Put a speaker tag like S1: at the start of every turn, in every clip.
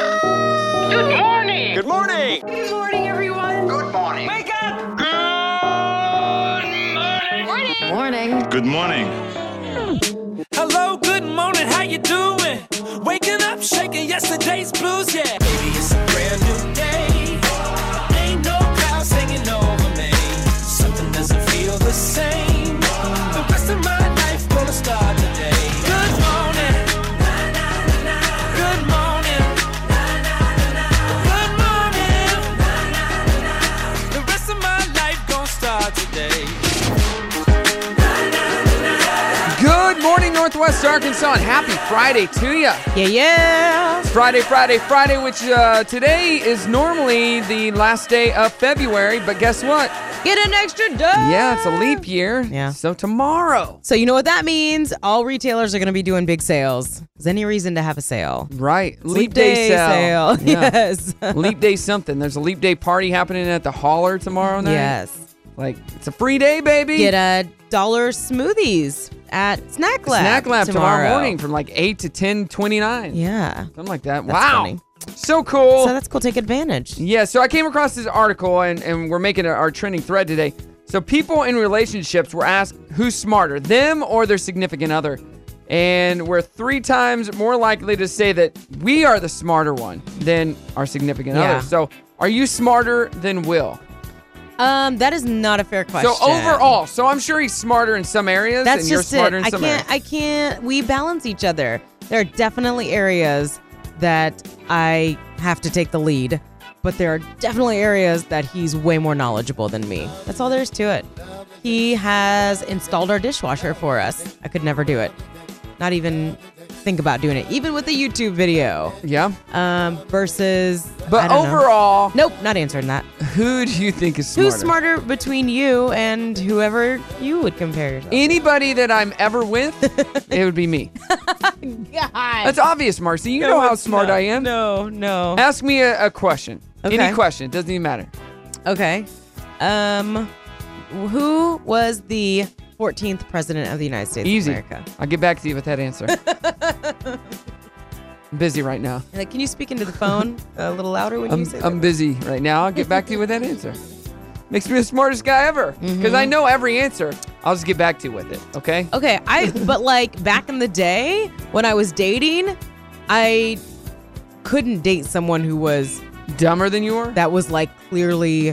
S1: Good morning.
S2: Good morning.
S3: Good morning, everyone.
S1: Good morning.
S3: Wake up.
S1: Good morning.
S4: Morning.
S5: Good morning.
S6: Hello, good morning, how you doing? Waking up, shaking yesterday's blues, yeah. Baby, it's a brand new day. Ain't no clouds hanging over me. Something doesn't feel the same. The rest of my life gonna start today. Good morning. Good morning. Good morning. The rest of my life gonna start today.
S7: Good morning, Northwest Arkansas, and happy Friday to you.
S8: Yeah, yeah.
S7: Friday, Friday, Friday, which uh, today is normally the last day of February, but guess what?
S8: Get an extra day.
S7: Yeah, it's a leap year.
S8: Yeah.
S7: So tomorrow.
S8: So you know what that means? All retailers are going to be doing big sales. Is any reason to have a sale?
S7: Right.
S8: Leap day sale.
S7: Yeah.
S8: Yes.
S7: leap day something. There's a leap day party happening at the holler tomorrow night.
S8: yes.
S7: Like, it's a free day, baby.
S8: Get a dollar smoothies at Snack Lab.
S7: Snack lab tomorrow. morning from like 8 to 10 29.
S8: Yeah.
S7: Something like that.
S8: That's
S7: wow.
S8: funny.
S7: So cool.
S8: So that's cool. Take advantage.
S7: Yeah, so I came across this article and, and we're making it our trending thread today. So people in relationships were asked who's smarter, them or their significant other. And we're three times more likely to say that we are the smarter one than our significant
S8: Yeah.
S7: other. So are you smarter than Will?
S8: Um, that is not a fair question.
S7: So overall, so I'm sure he's smarter in some areas
S8: that's
S7: and you're
S8: just it.
S7: smarter in
S8: I
S7: some
S8: can't.
S7: areas.
S8: I can't. We balance each other. There are definitely areas that I have to take the lead, but there are definitely areas that he's way more knowledgeable than me. That's all there is to it. He has installed our dishwasher for us. I could never do it. Not even think about doing it, even with a YouTube video.
S7: yeah.
S8: Um, versus. I
S7: But
S8: don't know.
S7: overall,
S8: Nope, not answering that.
S7: who do you think is smarter?
S8: Who's smarter between you and whoever you would compare yourself?
S7: Anybody that I'm ever with, it would be me. That's obvious, Marcy. You know how smart I am.
S8: No, no.
S7: Ask me a, a question.
S8: Okay.
S7: Any question. It doesn't even matter.
S8: Okay. Um, who was the 14th president of the United States
S7: Easy.
S8: of America?
S7: I'll get back to you with that answer. I'm busy right now.
S8: And, Like, can you speak into the phone a little louder when you
S7: I'm,
S8: say
S7: I'm
S8: that?
S7: busy right now. I'll get back to you with that answer. Makes me the smartest guy ever because
S8: Mm-hmm.
S7: I know every answer. I'll just get back to you with it. Okay.
S8: Okay, I but like back in the day when I was dating, I couldn't date someone who was
S7: Dumber than you are.
S8: that was like clearly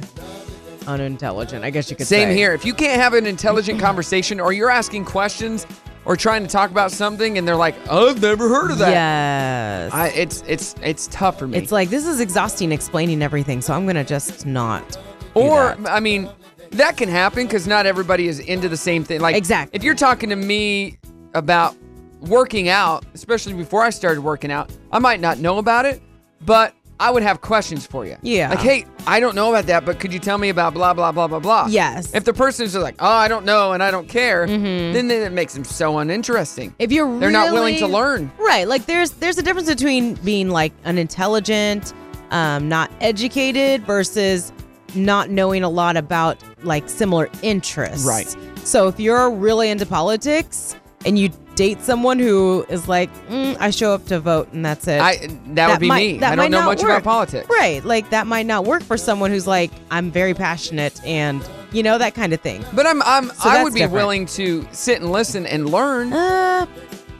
S8: unintelligent. I guess you could
S7: Same
S8: say.
S7: here. If you can't have an intelligent conversation or you're asking questions or trying to talk about something and they're like, I've never heard of that.
S8: Yes.
S7: I, it's it's it's tough for me.
S8: it's like this is exhausting explaining everything, so I'm gonna just not. do
S7: Or
S8: that.
S7: I mean, that can happen because not everybody is into the same thing. Like
S8: Exactly.
S7: If you're talking to me about working out, especially before I started working out, I might not know about it, but I would have questions for you.
S8: Yeah.
S7: Like, hey, I don't know about that, but could you tell me about blah blah blah blah blah?
S8: Yes. Mm-hmm.
S7: If the person's just like, oh, I don't know and I don't care, then, then it makes them so uninteresting.
S8: If you're
S7: They're not willing to
S8: really-
S7: learn.
S8: right? Like there's there's a difference between being like unintelligent, um, not educated versus not knowing a lot about like similar interests.
S7: Right.
S8: So if you're really into politics and you date someone who is like, "Mm, I show up to vote and that's it.
S7: I that, would be me. I don't know
S8: not
S7: much
S8: work.
S7: about politics.
S8: Right. Like that might not work for someone who's like, I'm very passionate and you know that kind of thing.
S7: But I'm I'm
S8: So
S7: I
S8: that's
S7: would be
S8: different.
S7: willing to sit and listen and learn.
S8: Uh,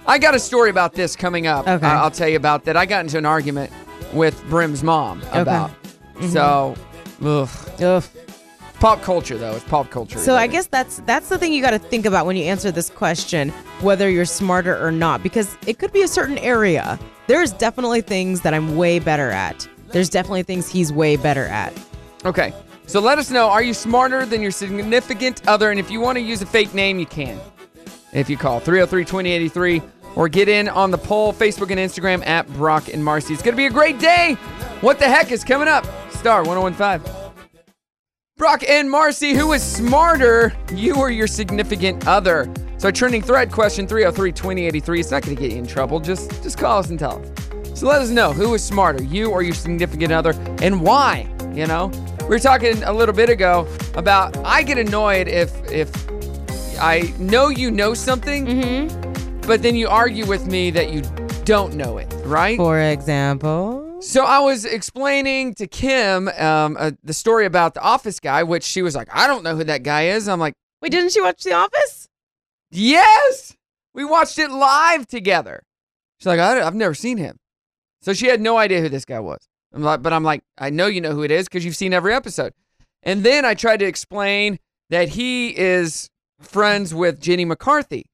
S7: I got a story about this coming up.
S8: Okay.
S7: I- I'll tell you about that. I got into an argument with Brim's mom about. So, ugh.
S8: Mm-hmm. ugh.
S7: pop culture though. It's pop culture.
S8: So I
S7: related.
S8: guess that's that's the thing you got to think about when you answer this question, whether you're smarter or not, because it could be a certain area. There's definitely things that I'm way better at. There's definitely things he's way better at.
S7: Okay. So let us know. Are you smarter than your significant other? And if you want to use a fake name, you can. If you call 303 2083 or get in on the poll, Facebook and Instagram at Brock and Marcy. It's going to be a great day. What the heck is coming up? Star 1015. Brock and Marcy, who is smarter, you or your significant other? So, trending thread question 303 2083. It's not going to get you in trouble. Just, just call us and tell us. So, let us know who is smarter, you or your significant other, and why. You know, we were talking a little bit ago about I get annoyed if if I know you know something, but then you argue with me that you don't know it, right?
S8: For example,
S7: So I was explaining to Kim um, uh, the story about the office guy, which she was like, I don't know who that guy is. I'm like,
S8: wait, didn't you watch The Office?
S7: Yes, we watched it live together. She's like, I, have never seen him. So she had no idea who this guy was. I'm like, but I'm like, I know you know who it is because you've seen every episode. And then I tried to explain that he is friends with Jenny McCarthy.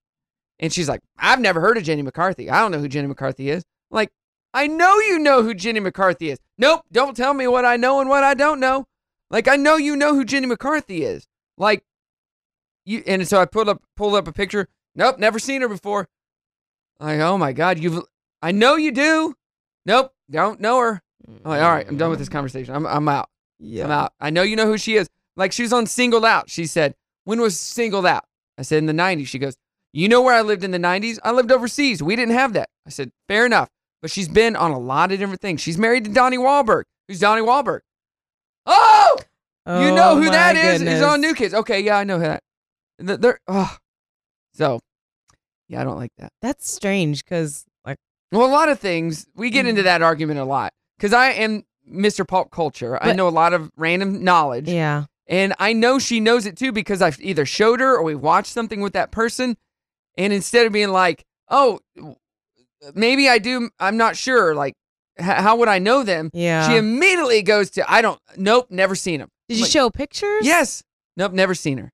S7: And she's like, I've never heard of Jenny McCarthy. I don't know who Jenny McCarthy is. I'm like, I know you know who Jenny McCarthy is. Nope, don't tell me what I know and what I don't know. Like, I know you know who Jenny McCarthy is. Like, you and so I pulled up pulled up a picture. Nope, never seen her before. Like, oh my god, you've I know you do. Nope, don't know her. I'm like, all right, I'm done with this conversation. I'm I'm out.
S8: Yeah.
S7: I'm out. I know you know who she is. Like she was on Singled Out. She said, when was Singled Out? I said in the 90s. She goes, you know where I lived in the 90s? I lived overseas. We didn't have that. I said, fair enough. But she's been on a lot of different things. She's married to Donnie Wahlberg. Who's Donnie Wahlberg? Oh, you know who that is? He's on New Kids. Okay, yeah, I know that. Th- They're, oh. So, yeah, I don't like that.
S8: That's strange because like
S7: Well, a lot of things, we get
S8: Mm-hmm.
S7: into that argument a lot because I am Mr. Pop Culture. I
S8: But-
S7: know a lot of random knowledge.
S8: yeah,
S7: And I know she knows it too because I've either showed her or we watched something with that person. And instead of being like, oh, maybe I do, I'm not sure, like, h- how would I know them?
S8: yeah.
S7: She immediately goes to, I don't, nope, never seen him.
S8: Did you
S7: like-
S8: show pictures?
S7: Yes. Nope, never seen her.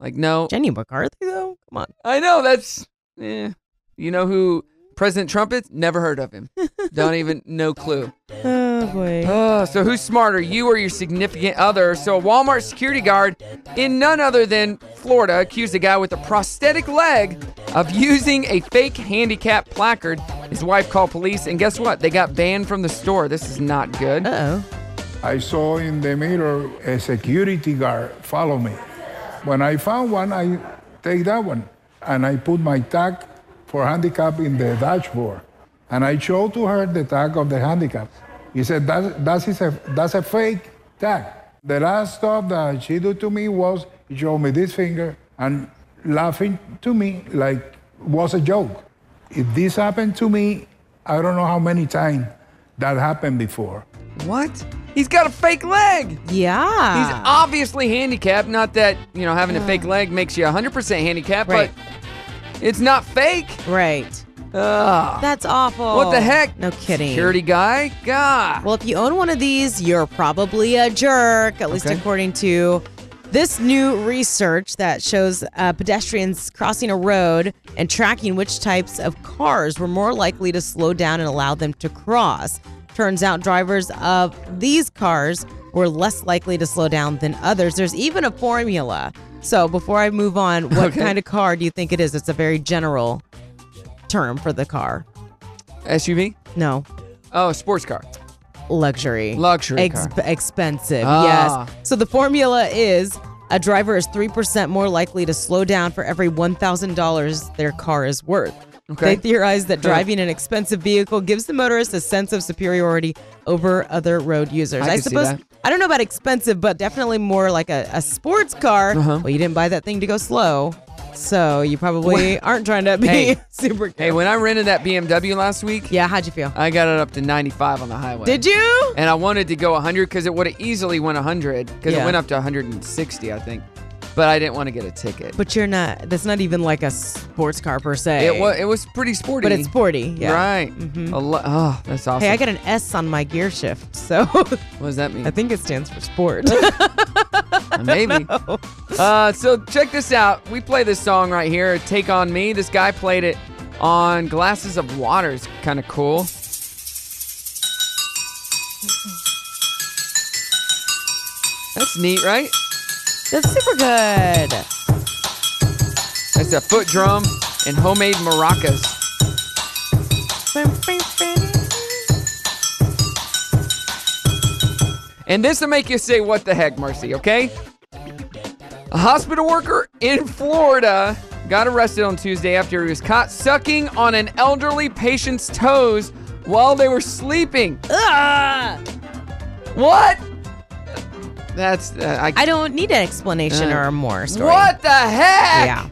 S7: Like, no.
S8: Jenny McCarthy though. Come on.
S7: I know that's eh. You know who President Trump is? Never heard of him. Don't even no clue.
S8: Oh boy.
S7: Oh, so who's smarter, you or your significant other? So a Walmart security guard in none other than Florida accused a guy with a prosthetic leg of using a fake handicap placard. His wife called police, and guess what? They got banned from the store. This is not good.
S8: Uh
S1: I saw in the mirror a security guard follow me. When I found one, I take that one and I put my tag for handicap in the dashboard. And I showed to her the tag of the handicap. He said, that, that is a, that's a fake tag. The last stop that she did to me was she showed me this finger and laughing to me like was a joke. If this happened to me, I don't know how many times that happened before.
S7: What? He's got a fake leg.
S8: oh. Yeah.
S7: He's obviously handicapped. Not that, you know, having a fake leg makes you 100% handicapped,
S8: Ah. Right.
S7: but it's not fake.
S8: right.
S7: Ugh.
S8: That's awful.
S7: What the heck?
S8: Oh, No kidding.
S7: Security guy? God.
S8: Well, if you own one of these, you're probably a jerk, at least
S7: Okay.
S8: according to this new research that shows uh, pedestrians crossing a road and tracking which types of cars were more likely to slow down and allow them to cross. Turns out drivers of these cars were less likely to slow down than others. There's even a formula. So before I move on, what
S7: Okay.
S8: kind of car do you think it is? It's a very general term for the car.
S7: SUV?
S8: No,
S7: Oh, sports car.
S8: luxury.
S7: Luxury
S8: Ex-
S7: car.
S8: Expensive,
S7: Ah.
S8: yes. So the formula is a driver is 3% more likely to slow down for every $1,000 their car is worth.
S7: Okay.
S8: They theorize that driving an expensive vehicle gives the motorist a sense of superiority over other road users.
S7: I could see
S8: suppose
S7: that.
S8: I don't know about expensive, but definitely more like a, a sports car.
S7: Uh-huh.
S8: Well, you didn't buy that thing to go slow, so you probably aren't trying to be
S7: Hey.
S8: super.
S7: Hey, Uh, when I rented that BMW last week,
S8: yeah, how'd you feel?
S7: I got it up to 95 on the highway.
S8: Did you?
S7: And I wanted to go 100 because it would have easily went 100 because it
S8: Yeah.
S7: went up to 160, I think. But I didn't want to get a ticket.
S8: But you're not. That's not even like a sports car per se.
S7: it was it was pretty sporty.
S8: but it's sporty. Yeah. Mm-hmm.
S7: Right. A lo- oh, that's awesome.
S8: Hey, I got an S on my gear shift, so
S7: what does that mean?
S8: I think it stands for sport.
S7: Maybe. Uh, so check this out. We play this song right here, "Take on Me." This guy played it on glasses of water. It's kind of cool. That's neat, right?
S8: That's super good.
S7: That's a foot drum and homemade maracas. And this will make you say, "What the heck, Marcy?" Okay. A hospital worker in Florida got arrested on Tuesday after he was caught sucking on an elderly patient's toes while they were sleeping.
S8: Ah!
S7: What? That's uh, I,
S8: I don't need an explanation
S7: Uh,
S8: or more story.
S7: What the heck?
S8: Yeah.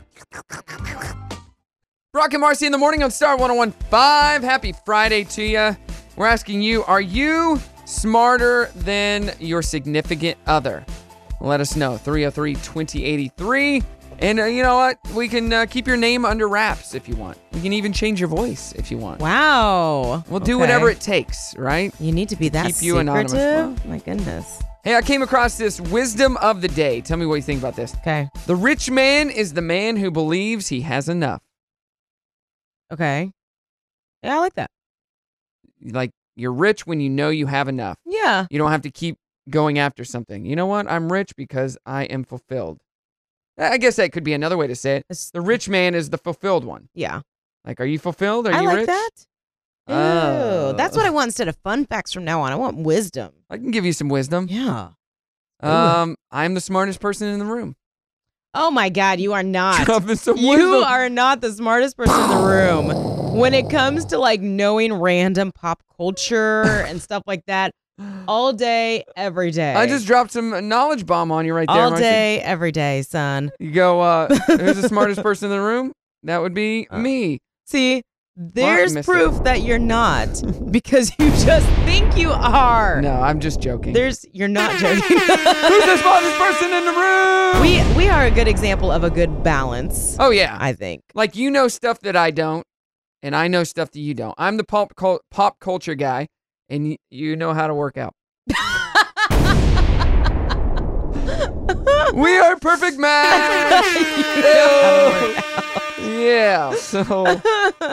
S7: Brock and Marcy in the morning on Star 1015. Happy Friday to you. We're asking you, are you smarter than your significant other? Let us know. 303 2083. And uh, you know what? We can uh, keep your name under wraps if you want. We can even change your voice if you want.
S8: Wow.
S7: We'll do
S8: Okay.
S7: whatever it takes, right?
S8: You need to be that
S7: keep you anonymous,
S8: secretive. My goodness.
S7: Hey, I came across this wisdom of the day. Tell me what you think about this.
S8: Okay.
S7: The rich man is the man who believes he has enough.
S8: Okay. Yeah, I like that.
S7: Like, you're rich when you know you have enough.
S8: Yeah.
S7: You don't have to keep going after something. You know what? I'm rich because I am fulfilled. I I guess that could be another way to say it.
S8: That's-
S7: The rich man is the fulfilled one.
S8: Yeah.
S7: Like, are you fulfilled? Are
S8: I
S7: you
S8: like
S7: rich?
S8: that. Ew.
S7: Oh.
S8: That's what I want instead of fun facts from now on. I want wisdom.
S7: I can give you some wisdom.
S8: Yeah. Ooh.
S7: Um, I'm the smartest person in the room.
S8: Oh my God, you are not.
S7: Dropping some
S8: You
S7: wisdom.
S8: are not the smartest person in the room. When it comes to like knowing random pop culture and stuff like that, all day, every day.
S7: I just dropped some uh, knowledge bomb on you right there.
S8: all
S7: Marcy.
S8: day, every day, son.
S7: You go, uh, who's the smartest person in the room? That would be
S8: Oh.
S7: me.
S8: See, there's
S7: missed it.
S8: proof that you're not because you just think you are.
S7: No, I'm just joking.
S8: There's you're not joking.
S7: who's the smartest person in the room?
S8: we we are a good example of a good balance,
S7: oh, yeah.
S8: I think.
S7: like, you know stuff that I don't, and I know stuff that you don't. I'm the pop, cul- pop culture guy, and y- you know how to work out. we are perfect match. yeah. So.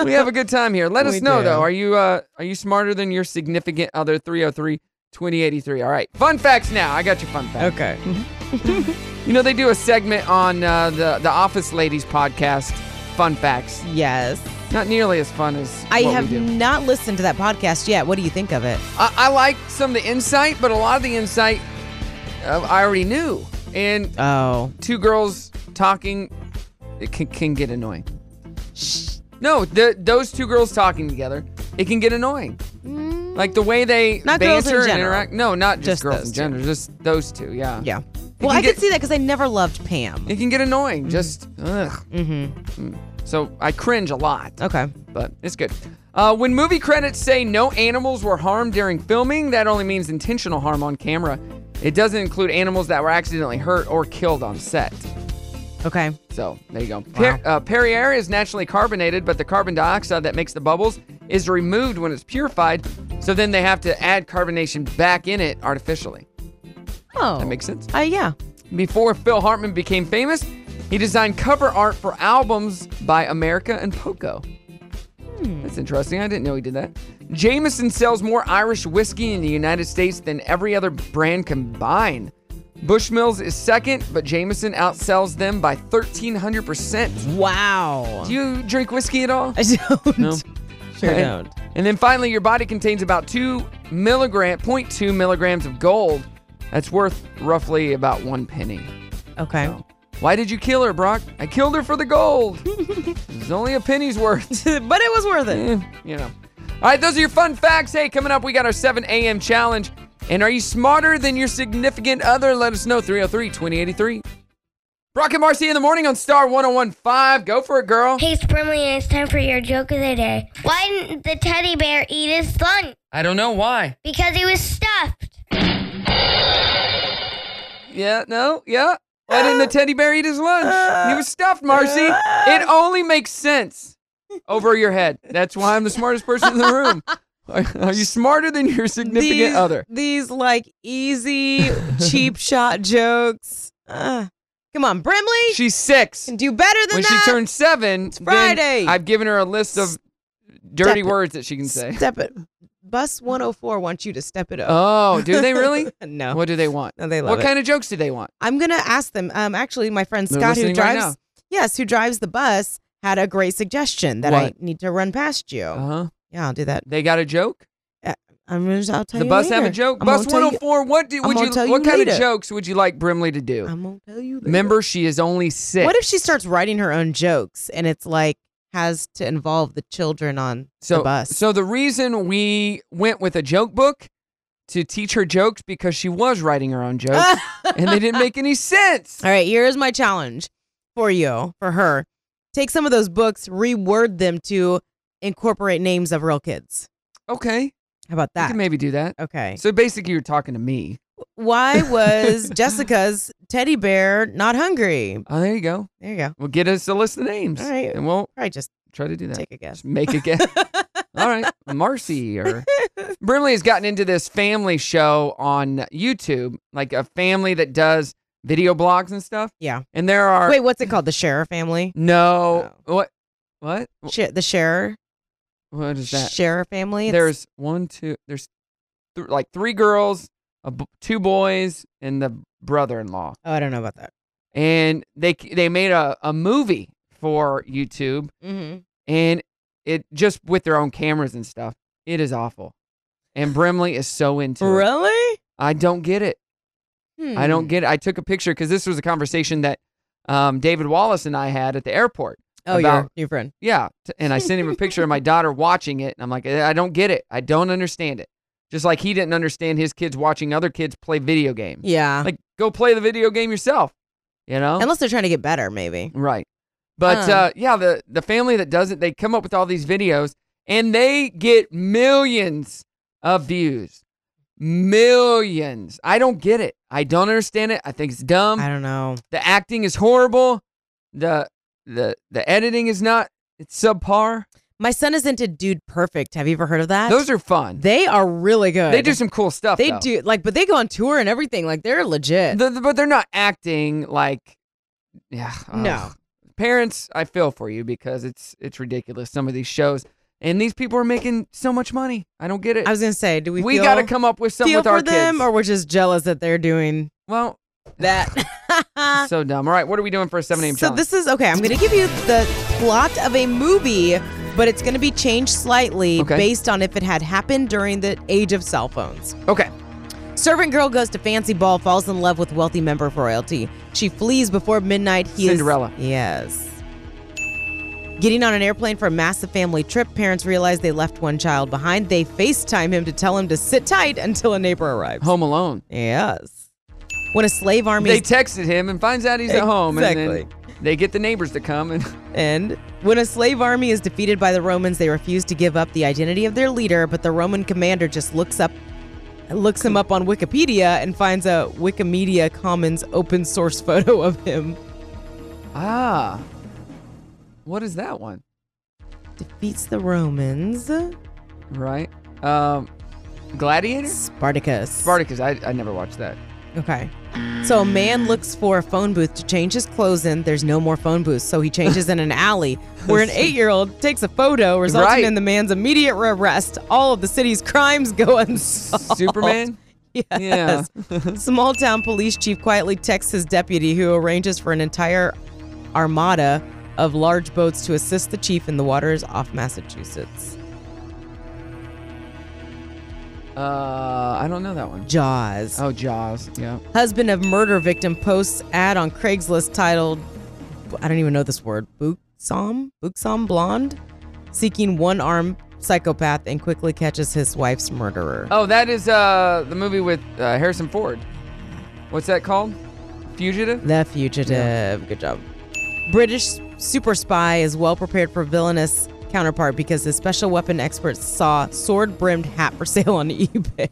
S7: we have a good time here. Let us
S8: We
S7: know
S8: do.
S7: though. Are you uh are you smarter than your significant other 303 2083? All right. Fun facts now. I got your fun facts.
S8: Okay.
S7: You know they do a segment on uh, the the Office Ladies podcast fun facts.
S8: Yes.
S7: Not nearly as fun as
S8: I
S7: what we
S8: have
S7: do.
S8: not listened to that podcast yet. What do you think of it?
S7: I, I like some of the insight, but a lot of the insight uh, I already knew. And
S8: Oh.
S7: two girls talking it can, can get annoying. No, the, those two girls talking together, it can get annoying. Like the way they
S8: Mm. Not girls in
S7: banter and
S8: general.
S7: interact. No, not just,
S8: Just
S7: girls
S8: those
S7: in
S8: two.
S7: general, just those two. Yeah.
S8: Yeah. Well, I
S7: can
S8: could
S7: get-
S8: see that because I never loved Pam.
S7: It can get annoying. Just ugh. Mm.
S8: Mm-hmm.
S7: So I cringe a lot,
S8: Okay.
S7: but it's good. Uh, when movie credits say no animals were harmed during filming, that only means intentional harm on camera. It doesn't include animals that were accidentally hurt or killed on set.
S8: Okay.
S7: So there you go. Per- uh, Perrier is naturally carbonated, but the carbon dioxide that makes the bubbles is removed when it's purified. So then they have to add carbonation back in it artificially.
S8: Oh.
S7: That makes sense.
S8: Uh, yeah.
S7: Before Phil Hartman became famous, he designed cover art for albums by America and Poco.
S8: Hmm.
S7: That's interesting. I didn't know he did that. Jameson sells more Irish whiskey in the United States than every other brand combined. Bushmills is second, but Jameson outsells them by 1,300%.
S8: Wow.
S7: Do you drink whiskey at all?
S8: I don't.
S7: No.
S8: Sure
S7: Okay.
S8: don't.
S7: And then finally, your body contains about two milligram, 0.2 milligrams of gold. That's worth roughly about one penny.
S8: Okay.
S7: Why did you kill her, Brock? I killed her for the gold. it's only a penny's worth.
S8: but it was worth it.
S7: Eh, you know. All right, those are your fun facts. Hey, coming up, we got our 7 a.m. challenge. And are you smarter than your significant other? Let us know 303 2083. Brock and Marcy in the morning on Star 1015. Go for it, girl.
S2: Hey, Sprimley, and it's time for your joke of the day. Why didn't the teddy bear eat his lunch?
S7: I don't know why.
S2: Because he was stuffed.
S7: Yeah, no, yeah. Why didn't the teddy bear eat his lunch? He
S8: Uh,
S7: was stuffed, Marcy. It only makes sense over your head. That's why I'm the smartest person in the room. Are, are you smarter than your significant
S8: these,
S7: other?
S8: These like easy cheap shot jokes. Ugh. come on, Brimley.
S7: She's six.
S8: can do better than
S7: When she
S8: that.
S7: turns seven, then
S8: Friday.
S7: I've given her a list of dirty
S8: it.
S7: words that she can say.
S8: step it. Bus 104 wants you to step it up.
S7: Oh, do they really?
S8: no.
S7: What do they want?
S8: No, they love
S7: What
S8: it.
S7: kind of jokes do they want?
S8: I'm gonna ask them. Um, actually, my friend
S7: They're
S8: Scott, who
S7: listening right
S8: drives,
S7: now.
S8: yes, who drives the bus, had a great suggestion that I
S7: What?
S8: need to run past you.
S7: Uh huh.
S8: Yeah, I'll do that.
S7: They got a joke.
S8: I'm gonna. I'll tell
S7: the
S8: you
S7: bus
S8: later.
S7: have a joke.
S8: I'm
S7: bus
S8: gonna tell you-
S7: 104. What do?
S8: I'm
S7: Would
S8: gonna
S7: you?
S8: tell you
S7: What kind of
S8: later.
S7: jokes would you like Brimley to do?
S8: I'm gonna tell you. Later.
S7: oh Remember, she is only six.
S8: What if she starts writing her own jokes and it's like has to involve the children on
S7: so,
S8: the bus?
S7: So the reason we went with a joke book to teach her jokes because she was writing her own jokes and they didn't make any sense.
S8: All right, here is my challenge for you, for her. take some of those books, reword them to incorporate names of real kids.
S7: Okay.
S8: How about
S7: I
S8: that?
S7: can maybe do that.
S8: okay.
S7: So basically, you're talking to me.
S8: Why was Jessica's teddy bear not hungry?
S7: Oh, there you go.
S8: There you go.
S7: We'll get us a list of names.
S8: All right.
S7: And we'll
S8: Probably just
S7: try to do that.
S8: take a guess.
S7: Just make a guess. All right. Marcy or Brimley has gotten into this family show on YouTube, like a family that does video blogs and stuff.
S8: Yeah.
S7: And there are
S8: Wait, what's it called? The Scherer family?
S7: no what what
S8: Oh. Sh- the Scherer?
S7: what is that?
S8: Scherer family? It's-
S7: There's one, two. There's th- like three girls, a b- two boys, and the brother-in-law.
S8: Oh, I don't know about that.
S7: And they c- they made a, a movie for YouTube,
S8: Mm-hmm.
S7: and it just with their own cameras and stuff. It is awful. And Brimley is so into it.
S8: Really?
S7: I don't get it. I don't
S8: Hmm.
S7: get it. I took a picture because this was a conversation that um, David Wallace and I had at the airport.
S8: Oh,
S7: about-
S8: your new friend.
S7: Yeah. T- And I sent him a picture of my daughter watching it. And I'm like, "Eh, I don't get it. I don't understand it. Just like he didn't understand his kids watching other kids play video games.
S8: Yeah.
S7: Like, um, go play the video game yourself, you know?
S8: Unless they're trying to get better, maybe.
S7: Right. But
S8: Uh.
S7: uh, yeah, the, the family that does it, they come up with all these videos and they get millions of views. Millions. I don't get it. I don't understand it. I think it's dumb.
S8: I don't know.
S7: The acting is horrible. The the the editing is not it's subpar.
S8: My son is into Dude Perfect. Have you ever heard of that?
S7: Those are fun. They,
S8: they are really good.
S7: do some cool stuff.
S8: They
S7: though.
S8: do like, but they go on tour and everything. Like they're legit.
S7: The- the- but they're not acting like yeah.
S8: No.
S7: ugh. Parents, I feel for you because it's it's ridiculous some of these shows and these people are making so much money. I don't get it.
S8: I was gonna say, do we?
S7: we
S8: feel,
S7: got to come up with something
S8: feel
S7: with
S8: for
S7: our
S8: them,
S7: kids.
S8: or we're just jealous that they're doing
S7: well,
S8: that?
S7: so dumb. All right, what are we doing for a 7 a.m.
S8: so
S7: challenge?
S8: this is okay. I'm gonna give you the plot of a movie, but it's gonna be changed slightly
S7: Okay.
S8: based on if it had happened during the age of cell phones.
S7: okay.
S8: Servant girl goes to fancy ball, falls in love with wealthy member of royalty. She flees before midnight. He
S7: Cinderella.
S8: Is, yes. Getting on an airplane for a massive family trip, parents realize they left one child behind. They FaceTime him to tell him to sit tight until a neighbor arrives.
S7: Home alone.
S8: Yes. When a slave army
S7: They
S8: is
S7: texted him and finds out he's at home, and then
S8: Exactly.
S7: they get the neighbors to come. And
S8: And when a slave army is defeated by the Romans, they refuse to give up the identity of their leader, but the Roman commander just looks up looks him up on Wikipedia and finds a Wikimedia Commons open source photo of him.
S7: ah, what is that one?
S8: Defeats the Romans.
S7: Right? Um, Gladiator.
S8: Spartacus.
S7: Spartacus. I, I never watched that.
S8: Okay. So a man looks for a phone booth to change his clothes in. There's no more phone booths, so he changes in an alley where an eight-year-old takes a photo, resulting
S7: Right.
S8: in the man's immediate arrest. All of the city's crimes go unsolved.
S7: Superman.
S8: Oh, Yes. Small town police chief quietly texts his deputy, who arranges for an entire armada of large boats to assist the chief in the waters off Massachusetts.
S7: Uh, I don't know that one.
S8: Jaws.
S7: Oh, Jaws. Yeah.
S8: Husband of murder victim posts ad on Craigslist titled, I don't even know this word, Buxom? Buxom Blonde? Seeking one armed psychopath and quickly catches his wife's murderer.
S7: Oh, that is uh the movie with uh, Harrison Ford. What's that called? Fugitive.
S8: The Fugitive. Good job. British super spy is well prepared for villainous counterpart because his special weapon expert saw sword brimmed hat for sale on eBay.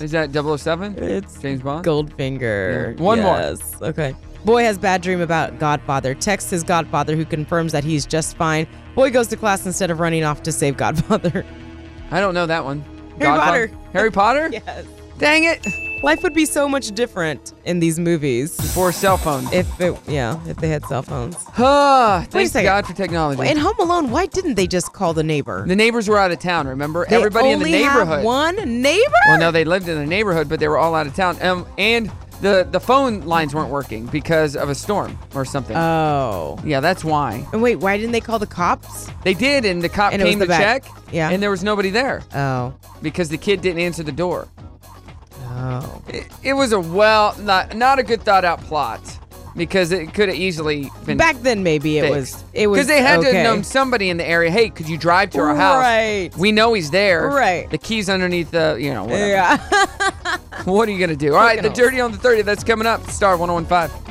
S7: Is that 007?
S8: it's
S7: James Bond.
S8: Goldfinger.
S7: Yeah. One more.
S8: yes. more. Okay. Boy has bad dream about Godfather. Texts his Godfather who confirms that he's just fine. Boy goes to class instead of running off to save Godfather.
S7: I don't know that one.
S8: Harry
S7: Godfather-
S8: Potter.
S7: Harry Potter.
S8: yes.
S7: Dang it!
S8: Life would be so much different in these movies
S7: Four cell phones.
S8: if it, yeah, if they had cell phones.
S7: Ah,
S8: Wait a
S7: thank
S8: second.
S7: God for technology.
S8: In Home Alone, why didn't they just call the neighbor?
S7: The neighbors were out of town, remember?
S8: They
S7: Everybody in the
S8: only have
S7: neighborhood.
S8: one neighbor.
S7: Well, no, they lived in the neighborhood, but they were all out of town. Um, and the, the phone lines weren't working because of a storm or something.
S8: Oh.
S7: yeah, that's why.
S8: And wait, why didn't they call the cops?
S7: They did, and the cop
S8: And it was
S7: came
S8: the
S7: to
S8: back.
S7: check.
S8: Yeah.
S7: And there was nobody there
S8: Oh.
S7: because the kid didn't answer the door.
S8: Oh.
S7: It, it was a well, not, not a good thought out plot because it could have easily been.
S8: Back then, maybe it was. It was
S7: because they had to
S8: okay.
S7: have known somebody in the area. Hey, could you drive to our house?
S8: Right.
S7: We know he's there.
S8: Right.
S7: The key's underneath the, you know, whatever.
S8: Yeah.
S7: What are you going to do? All right,
S8: Freaking
S7: the
S8: awesome.
S7: dirty on the 30, that's coming up. Star 1015.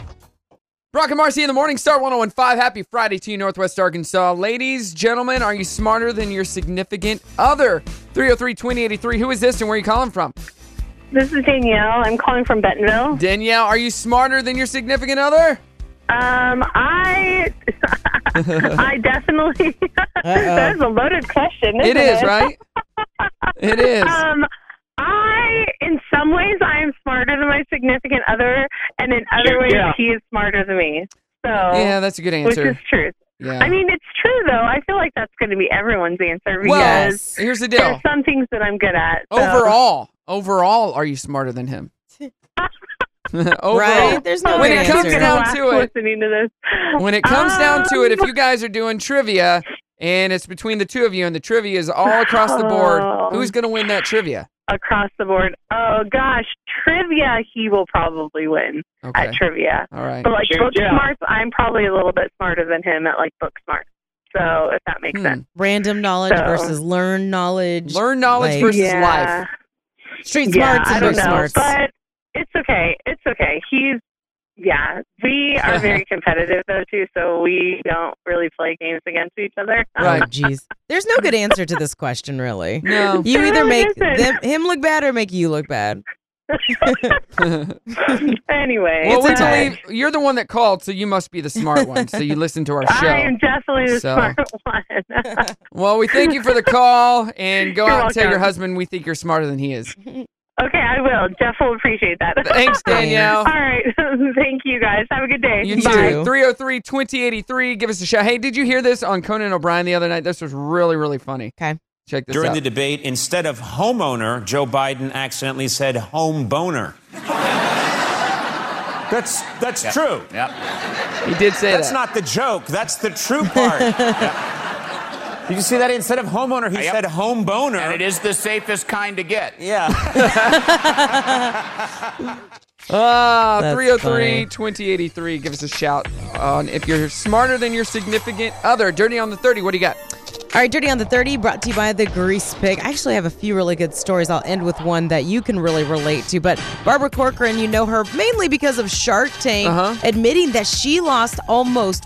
S7: Brock and Marcy in the morning, Star 1015. Happy Friday to you, Northwest Arkansas. Ladies, gentlemen, are you smarter than your significant other? 303 2083. Who is this and where are you calling from?
S3: This is Danielle. I'm calling from Bentonville.
S7: Danielle, are you smarter than your significant other?
S3: Um, I, I definitely. that is a loaded question.
S7: It
S3: Isn't
S7: is, right? It is.
S3: Um, I, in some ways, I am smarter than my significant other, and in other ways,
S4: Yeah.
S3: he is smarter than me. So,
S7: Yeah, that's a good
S3: which is
S7: answer.
S3: truth.
S7: Yeah.
S3: I mean, it's true though. I feel like that's going to be everyone's answer because
S7: well,
S8: Yes.
S7: here's the deal.
S3: there's some things that I'm good at. so-
S7: Overall, overall, are you smarter than him? overall.
S8: Right? There's no
S7: When
S8: good
S7: it comes
S8: answer.
S7: down
S3: Laugh
S7: to it,
S3: Listening to this.
S7: when it comes down to it, if
S3: Um,
S7: you guys are doing trivia and it's between the two of you and the trivia is all across the board,
S3: Oh.
S7: who's going to win that trivia?
S3: across the board. Oh gosh, trivia he will probably win
S7: Okay.
S3: at Um, trivia.
S7: all right.
S3: But like
S4: Shoot,
S3: book
S4: yeah.
S3: smarts, I'm probably a little bit smarter than him at like book smarts. So if that makes
S7: Hmm.
S3: sense.
S8: Random knowledge
S3: So-
S8: versus learned knowledge.
S7: Learn knowledge
S8: Like-
S7: versus
S3: yeah.
S7: life.
S8: Street
S3: yeah,
S8: smarts
S3: I
S8: and
S3: don't
S8: book
S3: know,
S8: smarts.
S3: but it's okay. It's okay. He's yeah, we are very competitive though too, so we don't really play games against each other. Um,
S8: Oh,
S7: Right.
S8: jeez. There's no good answer to this question, really.
S7: No.
S8: You
S3: There
S8: either
S3: really
S8: make
S3: isn't.
S8: them, him look bad or make you look bad.
S3: anyway,
S7: well, we
S3: it's okay.
S7: believe you're the one that called, so you must be the smart one. So you listen to our show.
S3: I am definitely the
S7: So-
S3: smart one.
S7: Well, we thank you for the call and go
S3: You're
S7: out and tell your
S3: welcome.
S7: husband we think you're smarter than he is.
S3: okay, I will. Jeff will appreciate that.
S7: Thanks, Danielle.
S3: All right. Thank you guys. Have a good day.
S7: You
S8: Bye.
S7: too. 303 2083. Give us a shout. Hey, did you hear this on Conan O'Brien the other night? This was really, really funny.
S8: Okay.
S7: Check this
S5: During
S7: out.
S5: the debate, instead of homeowner, Joe Biden accidentally said home boner. that's that's true.
S7: he did say
S5: That's
S7: that.
S5: not the joke. That's the true part. Did you see that? Instead of homeowner, he
S9: Yep.
S5: said home boner.
S9: And it is the safest kind to get.
S5: Yeah.
S7: Ah,
S8: That's
S7: 303
S8: funny.
S7: 2083. Give us a shout on if you're smarter than your significant other. Dirty on the 30. What do you got?
S8: All right, Dirty on the 30, brought to you by the Grease Pig. I actually have a few really good stories. I'll end with one that you can really relate to. But Barbara Corcoran, you know her mainly because of Shark Tank, admitting that she lost almost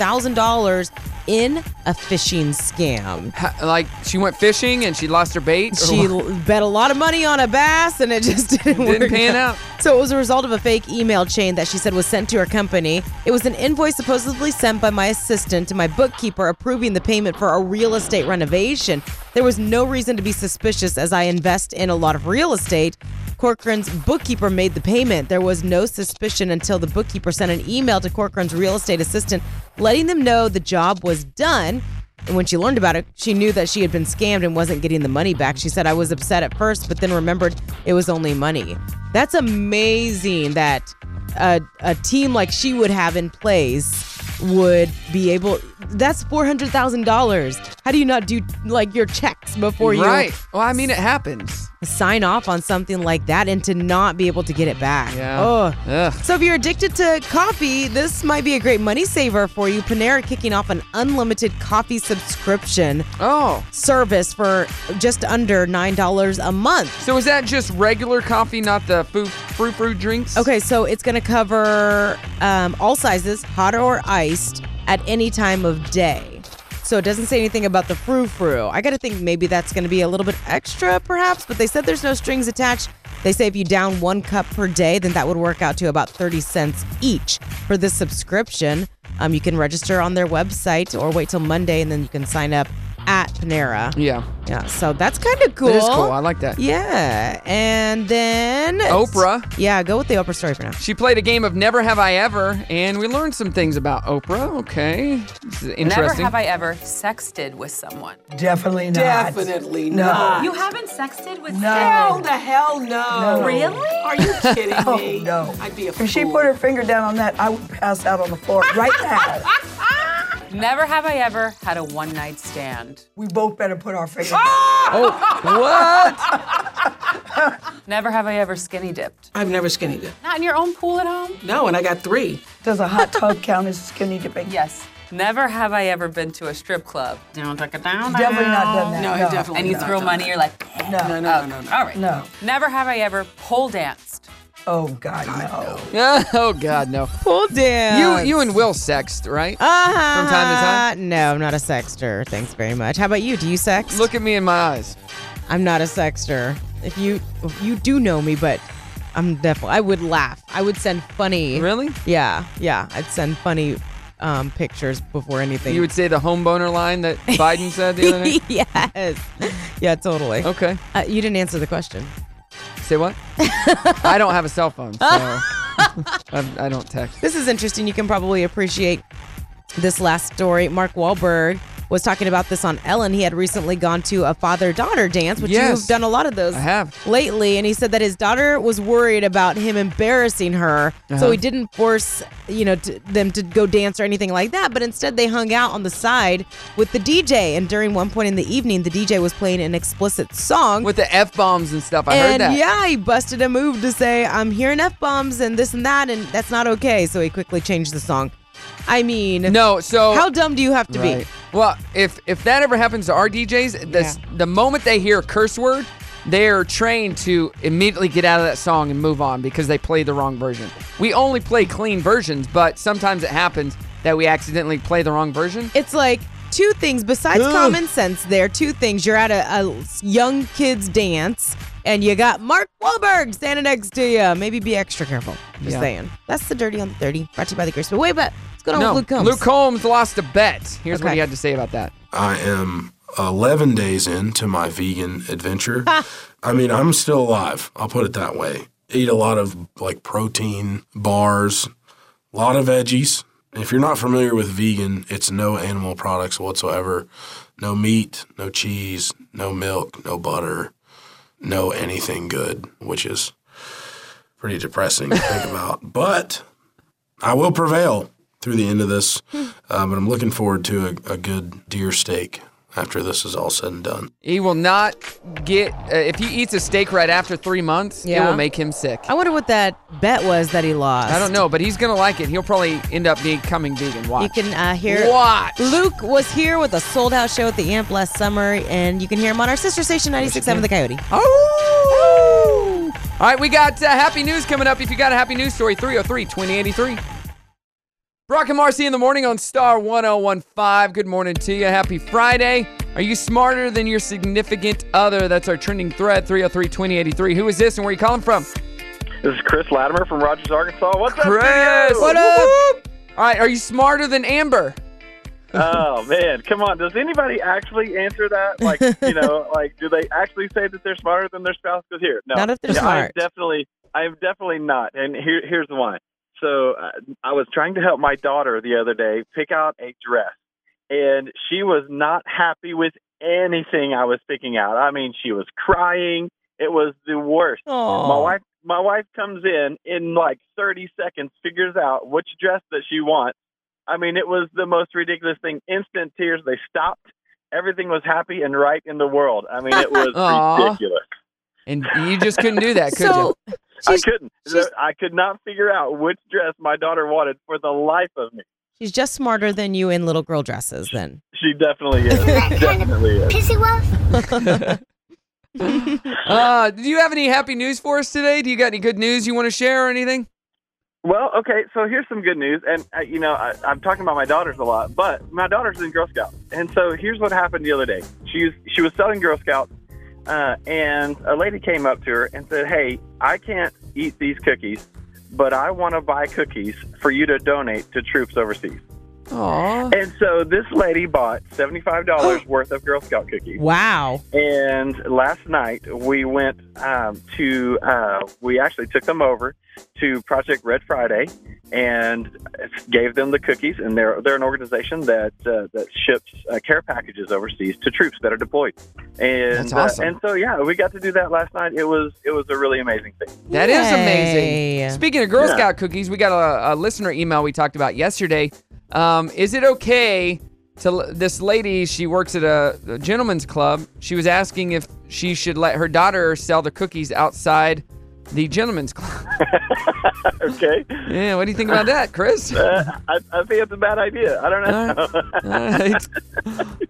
S8: $400,000 in a phishing scam.
S7: Ha- Like, she went fishing and she lost her bait? or
S8: She
S7: what?
S8: l- bet a lot of money on a bass and it just didn't,
S7: Didn't
S8: work
S7: pan out.
S8: So it was a result of a fake email chain that she said was sent to her company. It was an invoice supposedly sent by my assistant to my bookkeeper approving the payment for a real estate renovation. There was no reason to be suspicious as I invest in a lot of real estate. Corcoran's bookkeeper made the payment. There was no suspicion until the bookkeeper sent an email to Corcoran's real estate assistant letting them know the job was done. And when she learned about it, she knew that she had been scammed and wasn't getting the money back. She said, I was upset at first, but then remembered it was only money. That's amazing that a, a team like she would have in place would be able that's $400,000. How do you not do like your checks before you
S7: Right. Well, I mean, it happens.
S8: sign off on something like that and to not be able to get it back?
S7: Yeah.
S8: Ugh.
S7: Ugh.
S8: So if you're addicted to coffee, this might be a great money saver for you. Panera kicking off an unlimited coffee subscription
S7: Oh.
S8: service for just under $9 a month.
S7: So is that just regular coffee, not the foo- frou frou drinks?
S8: Okay, so it's going to cover um, all sizes, hot or iced, at any time of day. So it doesn't say anything about the frou frou. I got to think maybe that's going to be a little bit extra, perhaps, but they said there's no strings attached. They say if you down one cup per day, then that would work out to about 30 cents each for this subscription. Um, you can register on their website or wait till Monday and then you can sign up at Panera.
S7: Yeah.
S8: Yeah, so that's kind of cool.
S7: That is cool. I like that.
S8: Yeah, and then
S7: Oprah.
S8: Yeah, go with the Oprah story for now.
S7: She played a game of Never Have I Ever, and we learned some things about Oprah. Okay. This is
S10: Never
S7: interesting.
S10: have I ever sexted with someone.
S11: Definitely not. Definitely not.
S10: You haven't sexted with
S11: No. the hell no.
S10: Really?
S11: Are you kidding me? No. I'd be a If she put her finger down on that, I would pass out on the floor right now.
S10: Never have I ever had a one night stand.
S11: we both better put our finger
S7: oh, what?
S10: Never have I ever skinny dipped.
S11: I've never skinny dipped.
S10: Not in your own pool at home?
S11: No, and I got three. Does a hot tub count as skinny dipping?
S10: Yes. Never have I ever been to a strip club. Down, down, down.
S11: Definitely not done that. No, no. definitely
S10: And you throw money, you're like,
S11: No.
S10: no, no, no, no, All right.
S11: No.
S10: Never have I ever pole danced.
S11: Oh God, no.
S7: Oh God, no.
S8: Well, damn.
S7: You you and Will sexed, right?
S8: uh
S7: From time to time?
S8: No, I'm not a sexter. Thanks very much. How about you? Do you sex?
S7: Look at me in my eyes.
S8: I'm not a sexter. If you you do know me, but I'm definitely I would laugh. I would send funny.
S7: Really?
S8: Yeah, yeah. I'd send funny um, pictures before anything.
S7: You would say the homeboner line that Biden said the other night?
S8: yes. Yeah, totally.
S7: Okay.
S8: Uh, you didn't answer the question.
S7: Say what? I don't have a cell phone, so I, I don't text.
S8: This is interesting. You can probably appreciate this last story. Mark Wahlberg was talking about this on Ellen. He had recently gone to a father daughter dance, which
S7: Yes.
S8: you've done a lot of those
S7: I have.
S8: lately. And he said that his daughter was worried about him embarrassing her. So
S7: Uh-huh.
S8: he didn't force, you know, to, them to go dance or anything like that. But instead, they hung out on the side with the DJ. And during one point in the evening, the DJ was playing an explicit song
S7: With the F bombs and stuff, I
S8: and
S7: heard that.
S8: yeah, he busted a move to say, I'm hearing F bombs and this and that, and that's not okay. So he quickly changed the song. I mean,
S7: No, so
S8: how dumb do you have to
S7: Right. Well, if if that ever happens to our DJs, the s- the moment they hear a curse word, they are trained to immediately get out of that song and move on because they played the wrong version. We only play clean versions, but sometimes it happens that we accidentally play the wrong version.
S8: be? It's like two things besides
S7: Ugh.
S8: common sense there. Two things. You're at a, a young kid's dance, and you got Mark Wahlberg standing next to you. Maybe be extra careful. Just
S7: Yeah.
S8: saying. That's the dirty on the 30, brought to you by the Grace. But wait, but let's go on
S7: no,
S8: with Oh, Luke Combs.
S7: lost a bet. Here's what
S8: Okay.
S7: he had to say about that.
S4: I am 11 days into my vegan adventure. I mean, I'm still alive. I'll put it that way. Eat a lot of like protein bars, a lot of veggies. If you're not familiar with vegan, it's no animal products whatsoever. No meat, no cheese, no milk, no butter, no anything good, which is pretty depressing to think about. But I will prevail through the end of this, um, but I'm looking forward to a, a good deer steak after this is all said and done.
S7: He will not get uh, if he eats a steak right after three months. It
S8: Yeah.
S7: will make him sick.
S8: I wonder what that bet was that he lost.
S7: I don't know, but he's gonna like it. He'll probably end up becoming vegan. Watch.
S8: You can uh, hear
S7: Watch.
S8: Luke was here with a sold out show at the Amp last summer, and you can hear him on our sister station, 96.7 The Coyote.
S7: Oh! All right, we got uh, happy news coming up. If you got a happy news story, 303 2083. Brock and Marcy in the morning on Star 1015. Good morning to you. Happy Friday. Are you smarter than your significant other? That's our trending thread, 303 2083. Who is this and where are you calling from?
S12: This is Chris Latimer from Rogers, Arkansas. What's up,
S7: Chris!
S12: studio?
S7: What up? All right, are you smarter than Amber?
S12: Oh man, come on! Does anybody actually answer that? Like, you know, like do they actually say that they're smarter than their spouse? Because here, no,
S8: Not if they're
S12: Yeah,
S8: smart.
S12: I'm definitely, I'm definitely not. And here, here's why. So uh, I was trying to help my daughter the other day pick out a dress, and she was not happy with anything I was picking out. I mean, she was crying. It was the worst. My wife, my wife comes in in like 30 seconds, figures out which dress that she wants. I mean, it was the most ridiculous thing. Instant tears. They stopped. Everything was happy and right in the world. I mean, it was
S7: Aw.
S12: ridiculous.
S7: And you just couldn't do that, could
S8: So,
S12: I
S8: she's,
S12: couldn't.
S8: she's-
S12: I could not figure out which dress my daughter wanted for the life of me.
S8: she's just smarter than you in little girl dresses, then.
S12: She definitely is. definitely is.
S2: Pissy Wolf?
S7: you? Uh, do you have any happy news for us today? Do you got any good news you want to share or anything?
S12: Well, okay, so here's some good news, and uh, you know I, I'm talking about my daughters a lot, but my daughter's in Girl Scouts, and so here's what happened the other day. She was she was selling Girl Scouts, uh, and a lady came up to her and said, "Hey, I can't eat these cookies, but I want to buy cookies for you to donate to troops overseas."
S7: Aw.
S12: And so this lady bought seventy-five dollars worth of Girl Scout cookies.
S8: Wow.
S12: And last night we went um, to, uh, we actually took them over to Project Red Friday and gave them the cookies. And they're, they're an organization that, uh, that ships uh, care packages overseas to troops that are deployed. And,
S7: That's awesome.
S12: uh, and so, yeah, we got to do that last night. It was, it was a really amazing thing.
S7: That is
S8: Yay.
S7: amazing. Speaking of Girl
S12: Yeah.
S7: Scout cookies, we got a, a listener email we talked about yesterday. Um, is it okay to l- this lady? She works at a, a gentleman's club. She was asking if she should let her daughter sell the cookies outside the gentleman's club.
S12: Okay.
S7: yeah, what do you think about that, Chris?
S12: Uh, I, I think it's a bad idea. I don't know.
S7: All right.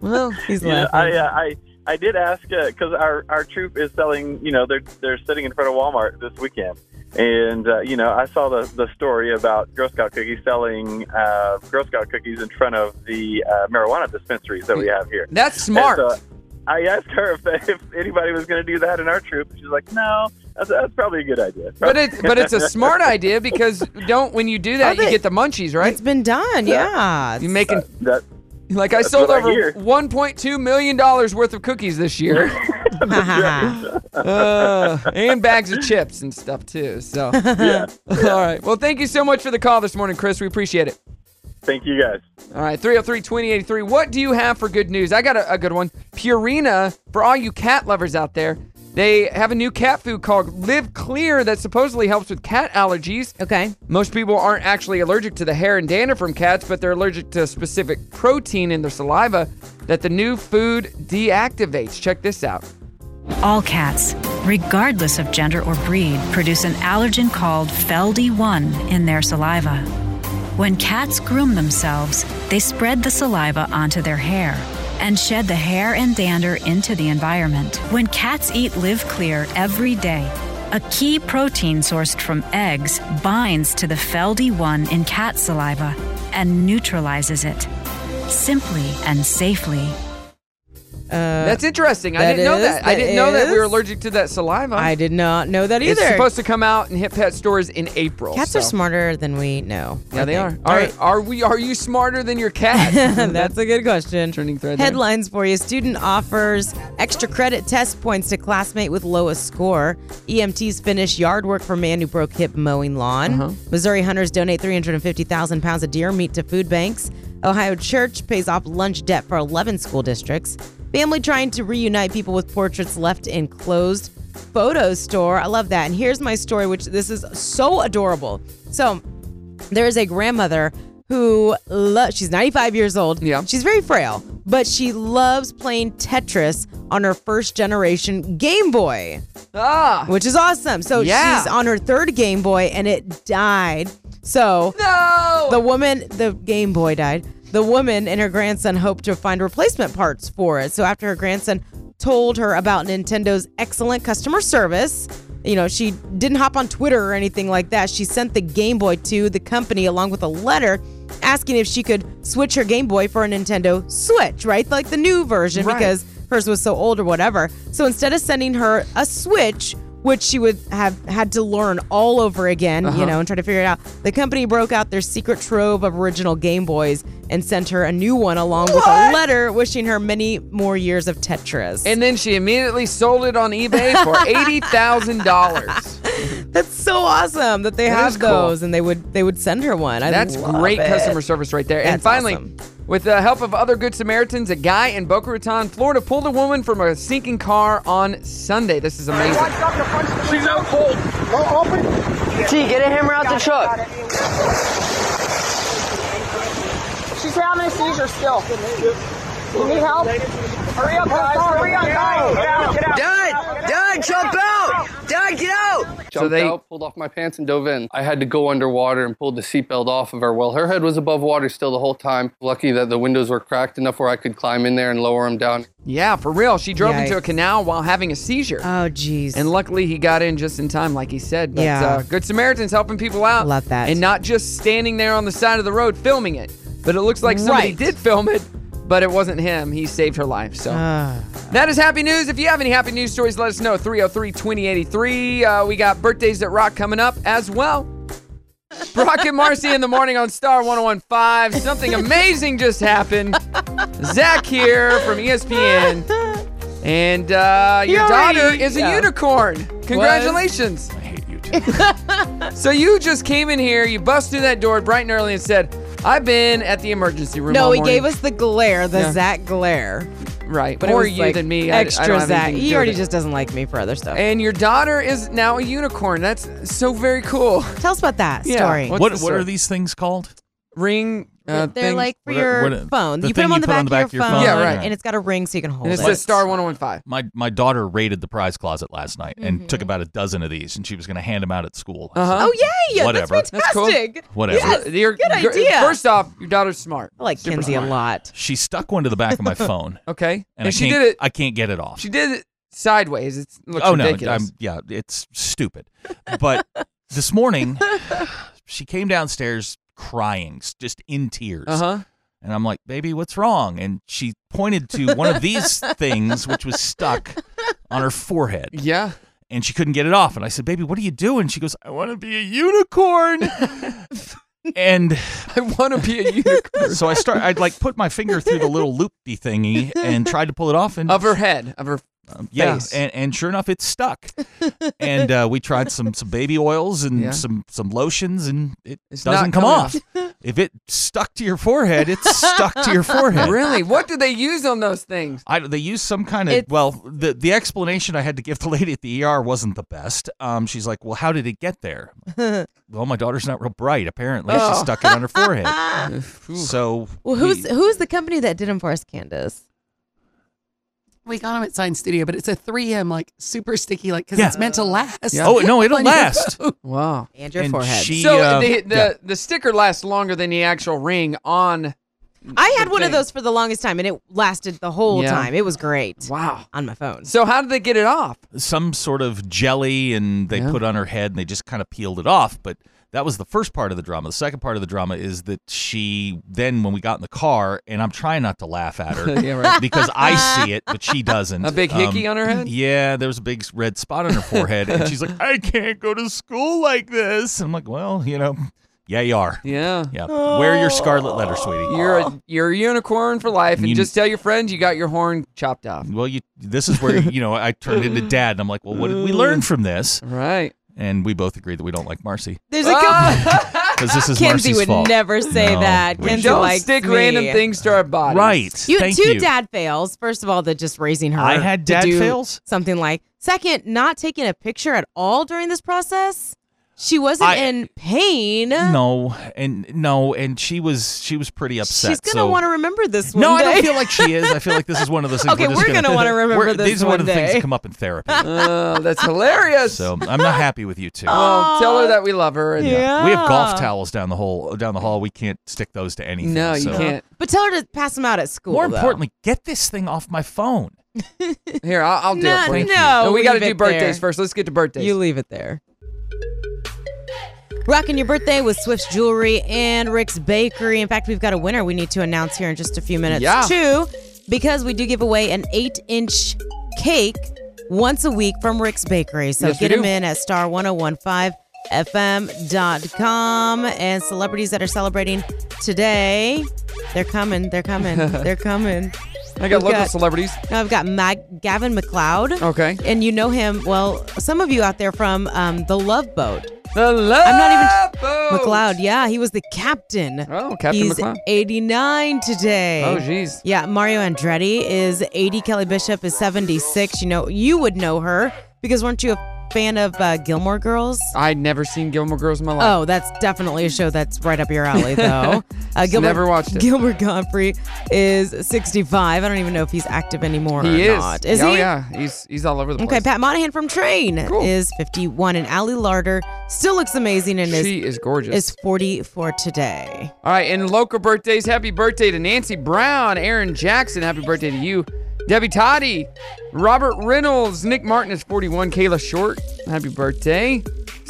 S7: well,
S8: He's
S12: Yeah,
S8: laughing.
S12: I, uh, I I uh, did ask because our our troop is selling. You know, they're they're sitting in front of Walmart this weekend, And uh, you know, I saw the the story about Girl Scout cookies selling uh, Girl Scout cookies in front of the uh, marijuana dispensaries that we have here.
S7: That's smart.
S12: And so I asked her if, if anybody was going to do that in our troop, and she's like, "No, that's, that's probably a good idea."
S7: But it's but it's a smart idea because don't when you do that you get the munchies, right? It's
S8: been done, yeah.
S7: You making
S12: that.
S7: Like I
S8: that's
S7: sold
S8: what I
S7: over
S8: hear.
S7: 1.2 million dollars worth of cookies this year, Uh, and bags of chips and stuff too. So,
S6: Yeah.
S7: all right. Well, thank you so much for the call this morning, Chris. We appreciate it.
S12: Thank you guys.
S7: All right, 303 2083. What do you have for good news? I got a, a good one. Purina, for all you cat lovers out there, they have a new cat food called Live Clear that supposedly helps with cat allergies.
S8: Okay.
S7: Most people aren't actually allergic to the hair and dandruff from cats, but they're allergic to specific protein in their saliva that the new food deactivates. Check this out.
S13: All cats, regardless of gender or breed, produce an allergen called FELD1 in their saliva. When cats groom themselves, they spread the saliva onto their hair and shed the hair and dander into the environment. When cats eat Live Clear every day, a key protein sourced from eggs binds to the FELD1 in cat saliva and neutralizes it simply and safely.
S7: That's interesting. I
S8: Uh, that
S7: didn't know
S8: is-
S7: that. I
S8: that
S7: didn't know that we were
S8: is-
S7: allergic to that saliva.
S8: I did not know that either.
S7: It's supposed to come out and hit pet stores in April.
S8: Cats are
S7: so.
S8: smarter than we know.
S7: Yeah,
S8: I
S7: they are.
S8: think.
S7: All right. Are we? Are you smarter than your cat?
S8: That's a good question.
S7: Trending thread. there.
S8: Headlines for you. Student offers extra credit test points to classmate with lowest score. EMTs finish yard work for man who broke hip mowing lawn.
S7: Uh-huh.
S8: Missouri hunters donate 350,000 pounds of deer meat to food banks. Ohio church pays off lunch debt for 11 school districts. Family trying to reunite people with portraits left in closed photo store. I love that. And here's my story, which this is so adorable. So there is a grandmother who lo- she's 95 years old. Yeah. She's very frail, but she loves playing Tetris on her first generation Game Boy.
S7: Ah.
S8: Which is awesome. So
S7: Yeah.
S8: she's on her third Game Boy and it died. So
S7: No.
S8: The woman the Game Boy died. The woman and her grandson hoped to find replacement parts for it. So after her grandson told her about Nintendo's excellent customer service, you know, she didn't hop on Twitter or anything like that. She sent the Game Boy to the company along with a letter asking if she could switch her Game Boy for a Nintendo Switch, right? Like the new version
S14: Right.
S8: because hers was so old or whatever. So instead of sending her a Switch, which she would have had to learn all over again,
S14: Uh-huh.
S8: you know, and try to figure it out, the company broke out their secret trove of original Game Boys and sent her a new one along with a letter wishing her many more years of Tetris.
S7: And then she immediately sold it on eBay for eighty thousand dollars.
S8: That's so awesome that they
S7: That is
S8: have
S7: cool.
S8: those and they would they would send her one. I
S7: That's
S8: love
S7: great
S8: it.
S7: customer service right there. and
S8: That's
S7: finally,
S8: awesome.
S7: with the help of other Good Samaritans, a guy in Boca Raton, Florida, pulled a woman from a sinking car on Sunday. This is amazing.
S6: She's out cold. Oh, open.
S14: T, get a hammer out the truck.
S11: She's having a seizure still. You need help? Hurry up, guys. Hurry up, guys. Get out, get out.
S14: Dad, Dad, jump out! Dad, get out!
S15: Jumped out, pulled off my pants, and dove in. I had to go underwater and pulled the seatbelt off of her. Well, her head was above water still the whole time. Lucky that the windows were cracked enough where I could climb in there and lower them down.
S7: Yeah, for real. She drove into a
S15: Yikes.
S7: canal while having a seizure.
S8: Oh, jeez.
S7: And luckily, he got in just in time, like he said. But
S8: Yeah.
S7: uh, Good Samaritans helping people out.
S8: Love that.
S7: And not just standing there on the side of the road filming it. But it looks like somebody
S8: Right.
S7: did film it, but it wasn't him. He saved her life. So.
S8: Ah.
S7: That is happy news. If you have any happy news stories, let us know. 303 2083. Uh, we got birthdays that rock coming up as well. Brock and Marcy in the morning on Star 1015. Something amazing just happened. Zach here from E ESPN. And uh, your
S6: Yuri.
S7: daughter is a
S6: Yeah.
S7: unicorn. Congratulations. I hate you too. so you just came in here, you bust through that door bright and early and said, I've been at the emergency room.
S8: No,
S7: all
S8: he
S7: morning."
S8: gave us the glare, the
S7: Yeah.
S8: Zach glare.
S7: Right,
S8: it
S7: more
S8: was,
S7: you than me. I- I don't
S8: Extra
S7: have
S8: Zach.
S7: anything to
S8: He
S7: do
S8: already
S7: with it.
S8: just doesn't like me for other stuff.
S7: And your daughter is now a unicorn. That's so very cool.
S8: Tell us about that
S7: Yeah.
S8: story.
S7: What's
S16: what
S7: the
S16: what are
S7: story?
S16: these things called?
S7: Ring. Uh,
S8: They're like for your phone.
S16: the
S8: you put
S16: thing
S8: them on
S16: you
S8: the,
S16: put
S8: back
S16: on the
S8: of your phone.
S16: Yeah, right.
S8: And it's got a ring so you can hold
S16: And
S8: it.
S16: it says Star
S7: 115.
S16: My my daughter raided the prize closet last night and took about a dozen of these, and she was going to hand them out at school. I said,
S8: Oh, yay!
S16: Whatever.
S8: That's fantastic.
S16: Whatever.
S8: Yes,
S7: Uh-huh. Your-
S8: good
S7: gr-
S8: idea.
S7: First off, your daughter's smart.
S8: I like
S7: Super
S8: Kenzie a
S7: smart.
S8: lot.
S16: She stuck one to the back of my phone.
S7: Okay.
S16: And,
S7: And,
S16: I
S7: she
S16: can't-
S7: did it.
S16: I can't get it off.
S7: She did it sideways. It's, it looks
S16: oh
S7: ridiculous.
S16: no, I'm, yeah, it's stupid. But This morning, she came downstairs crying, s- just in tears.
S7: Uh-huh.
S16: And I'm like, baby, what's wrong? And she pointed to one of these things, which was stuck on her forehead.
S7: Yeah.
S16: And she couldn't get it off. And I said, baby, what are you doing? She goes, I want to be a unicorn. and
S7: I want to be a unicorn.
S16: so I start. I'd like put my finger through the little loopy thingy and tried to pull it off. And
S7: Of her head, of her
S16: um, yeah,
S7: face.
S16: and, and sure enough, it's stuck. and uh, we tried some some baby oils and
S7: Yeah.
S16: some some lotions, and it
S7: not
S16: doesn't come
S7: coming
S16: off. if it stuck to your forehead, it's stuck to your forehead.
S7: Really? What do they use on those things?
S16: I, they used some kind of
S7: It's-
S16: well. The the explanation I had to give the lady at the ER wasn't the best. Um, she's like, "Well, how did it get there?" Well, my daughter's not real bright. Apparently, she
S8: Oh.
S16: stuck it on her forehead. so
S8: Well, who's who's the company that did them for us, Candace?
S17: We got them at Sign Studio, but it's a 3M, like super sticky, like because it's meant to last.
S16: Yeah. Oh, no, it'll
S17: On your
S16: last.
S17: phone.
S7: Wow.
S8: And
S16: your And forehead. she,
S7: so
S16: uh,
S7: the the,
S16: yeah.
S7: the sticker lasts longer than the actual ring on.
S8: I had one of
S7: thing.
S8: those for the longest time, and it lasted the whole
S16: Yeah.
S8: time. It was great.
S7: Wow.
S8: On my phone.
S7: So how did they get it off?
S16: some sort of jelly and they put on her head and they just kind of peeled it off. But that was the first part of the drama. The second part of the drama is that she then, when we got in the car, and I'm trying not to laugh at her
S7: Yeah, right.
S16: because I see it, but she doesn't.
S7: A big hickey on her head?
S16: Yeah, there was a big red spot on her forehead, and she's like, "I can't go to school like this." I'm like, "Well, you know, yeah, you are.
S7: Yeah, Oh.
S16: yeah. Wear your scarlet letter, sweetie.
S7: You're a you're a unicorn for life, and
S16: You-
S7: just tell your friends you got your horn chopped off.
S16: well, you. This is where you know I turned into dad, and I'm like, "Well, what did we learn from this?"
S7: Right. Ah!
S16: And we both agreed that we don't like Marcy.
S8: There's a company.
S16: because uh, this is
S8: Kenzie
S16: Marcy's
S8: would
S16: fault.
S8: never say
S16: No,
S8: that.
S16: we
S8: Kenzie
S7: Don't
S8: likes
S7: stick
S8: me.
S7: random things to our bodies.
S16: Right.
S8: You
S16: Thank
S8: two
S16: you.
S8: dad fails. First of all, that just raising her.
S16: I had
S8: to
S16: dad
S8: do
S16: fails?
S8: Something like second, not taking a picture at all during this process. She wasn't
S16: I-
S8: in pain.
S16: No, and no, and she was she was pretty upset.
S8: She's gonna
S16: so-
S8: want to remember this one
S16: No, I
S8: day.
S16: don't feel like she is. I feel like this is one of those things.
S8: Okay,
S16: just
S8: we're gonna wanna remember
S16: we're-
S8: this
S16: These are one,
S8: one
S16: of the things
S8: day.
S16: that come up in therapy.
S7: Oh, that's hilarious.
S16: So I'm not happy with you two.
S7: Well, tell her that we love her. And
S16: We have golf towels down the hole down the hall. We can't stick those to anything.
S7: No, you
S16: so-
S7: can't.
S8: But tell her to pass them out at school.
S16: More
S8: though.
S16: importantly, get this thing off my phone.
S7: Here, I'll, I'll do
S8: No,
S7: it for you.
S8: Thank you. no,
S7: we got to do
S8: leave it there.
S7: birthdays first. Let's get to birthdays.
S8: You leave it there. Rocking your birthday with Swift's Jewelry and Rick's Bakery. In fact, we've got a winner we need to announce here in just a few minutes,
S7: Yeah.
S8: too, because we do give away an eight inch cake once a week from Rick's Bakery. So
S18: Yes, we
S8: get them
S18: do.
S8: in at star1015fm.com. And celebrities that are celebrating today, they're coming, they're coming, they're coming.
S7: I got
S8: We've
S7: local celebrities.
S8: I've got Mag- Gavin McLeod.
S7: Okay.
S8: And you know him, well, some of you out there from um, The Love Boat.
S7: The Love
S8: I'm not even,
S7: Boat!
S8: McLeod, yeah. He was the captain.
S7: Oh, Captain
S8: He's
S7: McLeod.
S8: 89 today.
S7: Oh, jeez.
S8: Yeah, Mario Andretti is 80. Kelly Bishop is 76. You know, you would know her because weren't you a fan of uh, Gilmore Girls?
S7: I'd never seen Gilmore Girls in my life.
S8: Oh, that's definitely a show that's right up your alley, though.
S7: Just never watched it.
S8: Gilbert Godfrey is 65. I don't even know if he's active anymore
S7: he
S8: or
S7: is.
S8: not. Is
S7: oh,
S8: he?
S7: yeah. He's he's all over the
S8: Okay,
S7: place.
S8: Pat Monahan from Train is 51, and Allie Larder still looks amazing and is
S7: She is gorgeous.
S8: Is 44 today.
S7: All right, and local birthdays. Happy birthday to Nancy Brown, Aaron Jackson. Happy birthday to you, Debbie Toddy, Robert Reynolds, Nick Martin is 41, Kayla Short. Happy birthday.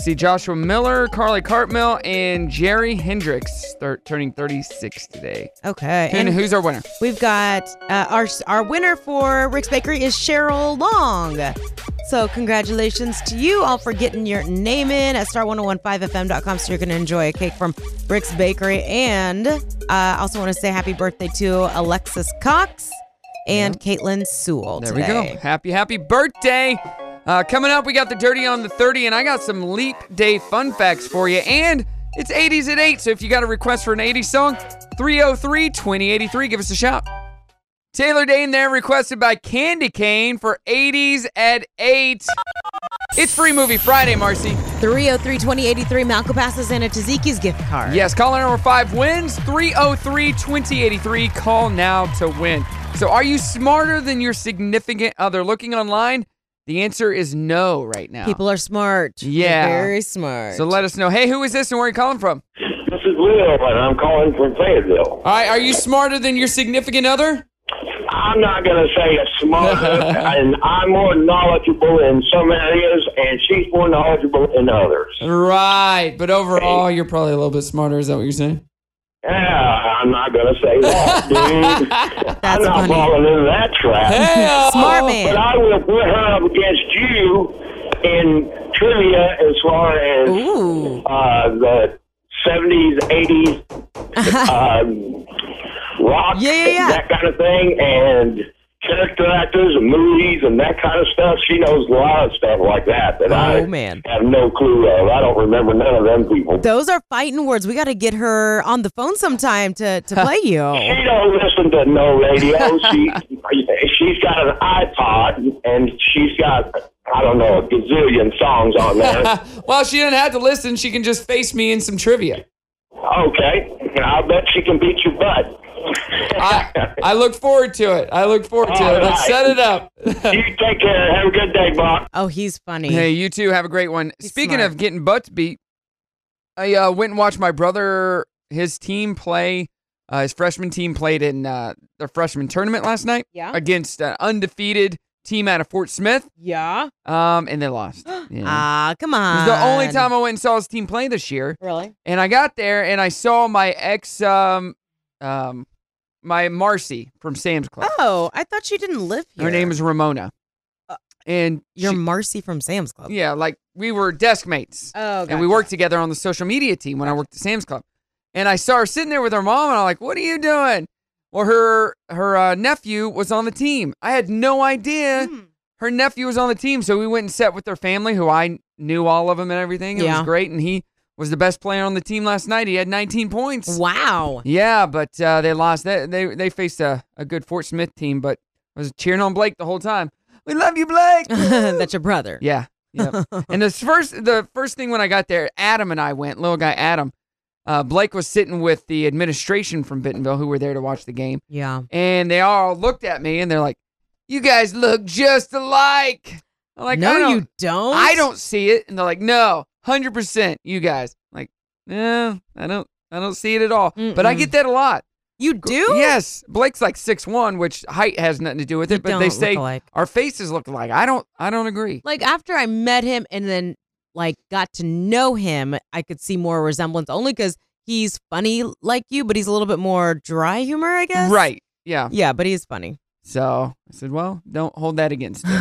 S7: See Joshua Miller, Carly Cartmel, and Jerry Hendricks thir- turning 36 today.
S8: Okay,
S7: And, who's our winner?
S8: We've got uh, our our winner for Rick's Bakery is Cheryl Long. So congratulations to you all for getting your name in at star1015fm.com. So you're going to enjoy a cake from Rick's Bakery. And uh, I also want to say happy birthday to Alexis Cox and Caitlin Sewell
S7: There
S8: today.
S7: we go. Happy, happy birthday. Uh, coming up, we got the dirty on the 30, and I got some leap day fun facts for you. And it's 80s at 8, so if you got a request for an 80s song, 303 2083, give us a shout. Taylor Dane there, requested by Candy Cane for 80s at 8. It's Free Movie Friday, Marcy.
S8: 303 2083 Malco passes and a Taziki's gift card.
S7: Yes, caller number five wins 303 2083. Call now to win. So, are you smarter than your significant other? Looking online, the answer is no right now.
S8: People are smart. They're
S7: Yeah.
S8: very smart.
S7: So, let us know. Hey, who is this and where are you calling from?
S19: This is Will, and I'm calling from Fayetteville.
S7: All right, are you smarter than your significant other?
S18: I'm not going to say it's smarter, and I'm more knowledgeable in some areas, and she's more knowledgeable in others.
S7: Right. But overall, you're probably a little bit smarter. Is that what you're saying?
S18: Yeah, I'm not going to say that, dude. I'm not falling into that trap.
S7: Oh!
S6: Hell! Smart man.
S18: But I will put her up against you in trivia as far as uh, the 70s, 80s um, rock, that kind of thing, and character actors and movies and that kind of stuff. She knows a lot of stuff like that that I
S8: Oh, man.
S18: have no clue of. I don't remember none of them people.
S8: Those are fighting words. We got to get her on the phone sometime to, to play
S18: She
S8: you.
S18: don't listen to no radio. she she's got an iPod and she's got I don't know a gazillion songs on there.
S7: well, she doesn't have to listen. She can just face me in some trivia.
S18: okay, I'll bet she can beat your butt.
S7: I, I look forward to it. I look forward to
S18: All
S7: it. Let's
S18: right.
S7: set it up.
S18: you take care. Have a good day, Bob.
S8: Oh, he's funny.
S7: Hey, you too. Have a great one. Speaking of getting butts beat, I uh, went and watched my brother, his team play. Uh, his freshman team played in uh, their freshman tournament last night
S8: Yeah.
S7: against an undefeated team out of Fort Smith.
S8: Yeah.
S7: Um, and they lost.
S8: Ah, come
S7: It
S8: on.
S7: was the only time I went and saw his team play this year.
S8: Really?
S7: And I got there and I saw my ex, um, um, my Marcy from Sam's Club.
S8: Oh, I thought she didn't live here.
S7: Her name is Ramona. And
S8: you're Marcy from Sam's Club.
S7: Yeah, like we were desk mates.
S8: Oh,
S7: And we worked together on the social media team when I worked at Sam's Club. And I saw her sitting there with her mom, and I'm like, "What are you doing?" Well, her her uh, nephew was on the team. I had no idea
S8: Hmm.
S7: her nephew was on the team, so we went and sat with their family, who I knew all of them and everything. It
S8: Yeah.
S7: was great, and he was the best player on the team last night. He had 19 points.
S8: Wow.
S7: Yeah, but uh, they lost. They they, they faced a, a good Fort Smith team, but I was cheering on Blake the whole time. We love you, Blake.
S8: That's your brother.
S7: Yeah. yeah. and the first the first thing when I got there, Adam and I went, little guy Adam. Uh, Blake was sitting with the administration from Bentonville who were there to watch the game.
S8: Yeah.
S7: And they all looked at me and they're like, You guys look just alike. I'm like,
S8: No,
S7: "I
S8: you don't.
S7: I don't see it. And they're like, No, hundred percent, you guys. I'm like, no, I don't I don't see it at all. But I
S8: Mm-mm.
S7: get that a lot.
S8: You do?
S7: Yes. Blake's like six one, which height has nothing to do with it, but
S8: don't
S7: they
S8: look
S7: say
S8: alike.
S7: our faces look alike. I don't I don't agree.
S8: Like after I met him and then like got to know him, I could see more resemblance only because he's funny like you, but he's a little bit more dry humor, I guess.
S7: Right. Yeah.
S8: Yeah, but he's funny.
S7: So I said, well, don't hold that against me.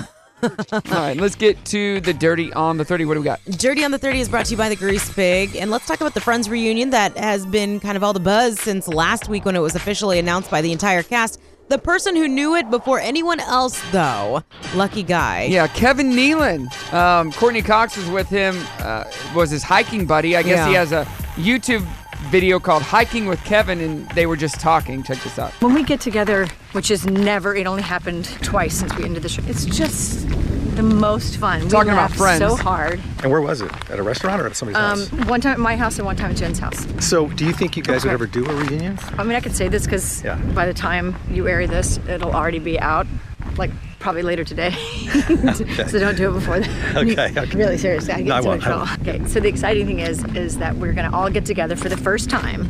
S7: All right, let's get to the dirty on the 30. What do we got?
S8: Dirty on the 30 is brought to you by the Grease Pig. And let's talk about the Friends reunion that has been kind of all the buzz since last week when it was officially announced by the entire cast. The person who knew it before anyone else, though, lucky guy.
S7: Yeah, Kevin Nealon. Um, Courtney Cox was with him, uh, was his hiking buddy. I guess he
S8: Yeah.
S7: has a YouTube video called Hiking with Kevin, and they were just talking. Check this out.
S19: When we get together, which is never, it only happened twice since we ended the show. It's just the most fun.
S20: Talking
S19: we
S20: about
S19: laugh
S20: friends.
S19: so hard.
S20: And where was it? At a restaurant or at somebody's
S19: Um,
S20: house?
S19: one time at my house and one time at Jen's house.
S20: So, do you think you guys would ever do a reunion?
S19: I mean, I could say this because
S20: Yeah.
S19: by the time you air this, it'll already be out, like probably later today. So don't do it before then.
S20: Okay, okay.
S19: Really seriously, I
S20: No,
S19: get
S20: I
S19: so
S20: won't,
S19: much
S20: I won't.
S19: trouble. Okay, so the exciting thing is, is that we're gonna all get together for the first time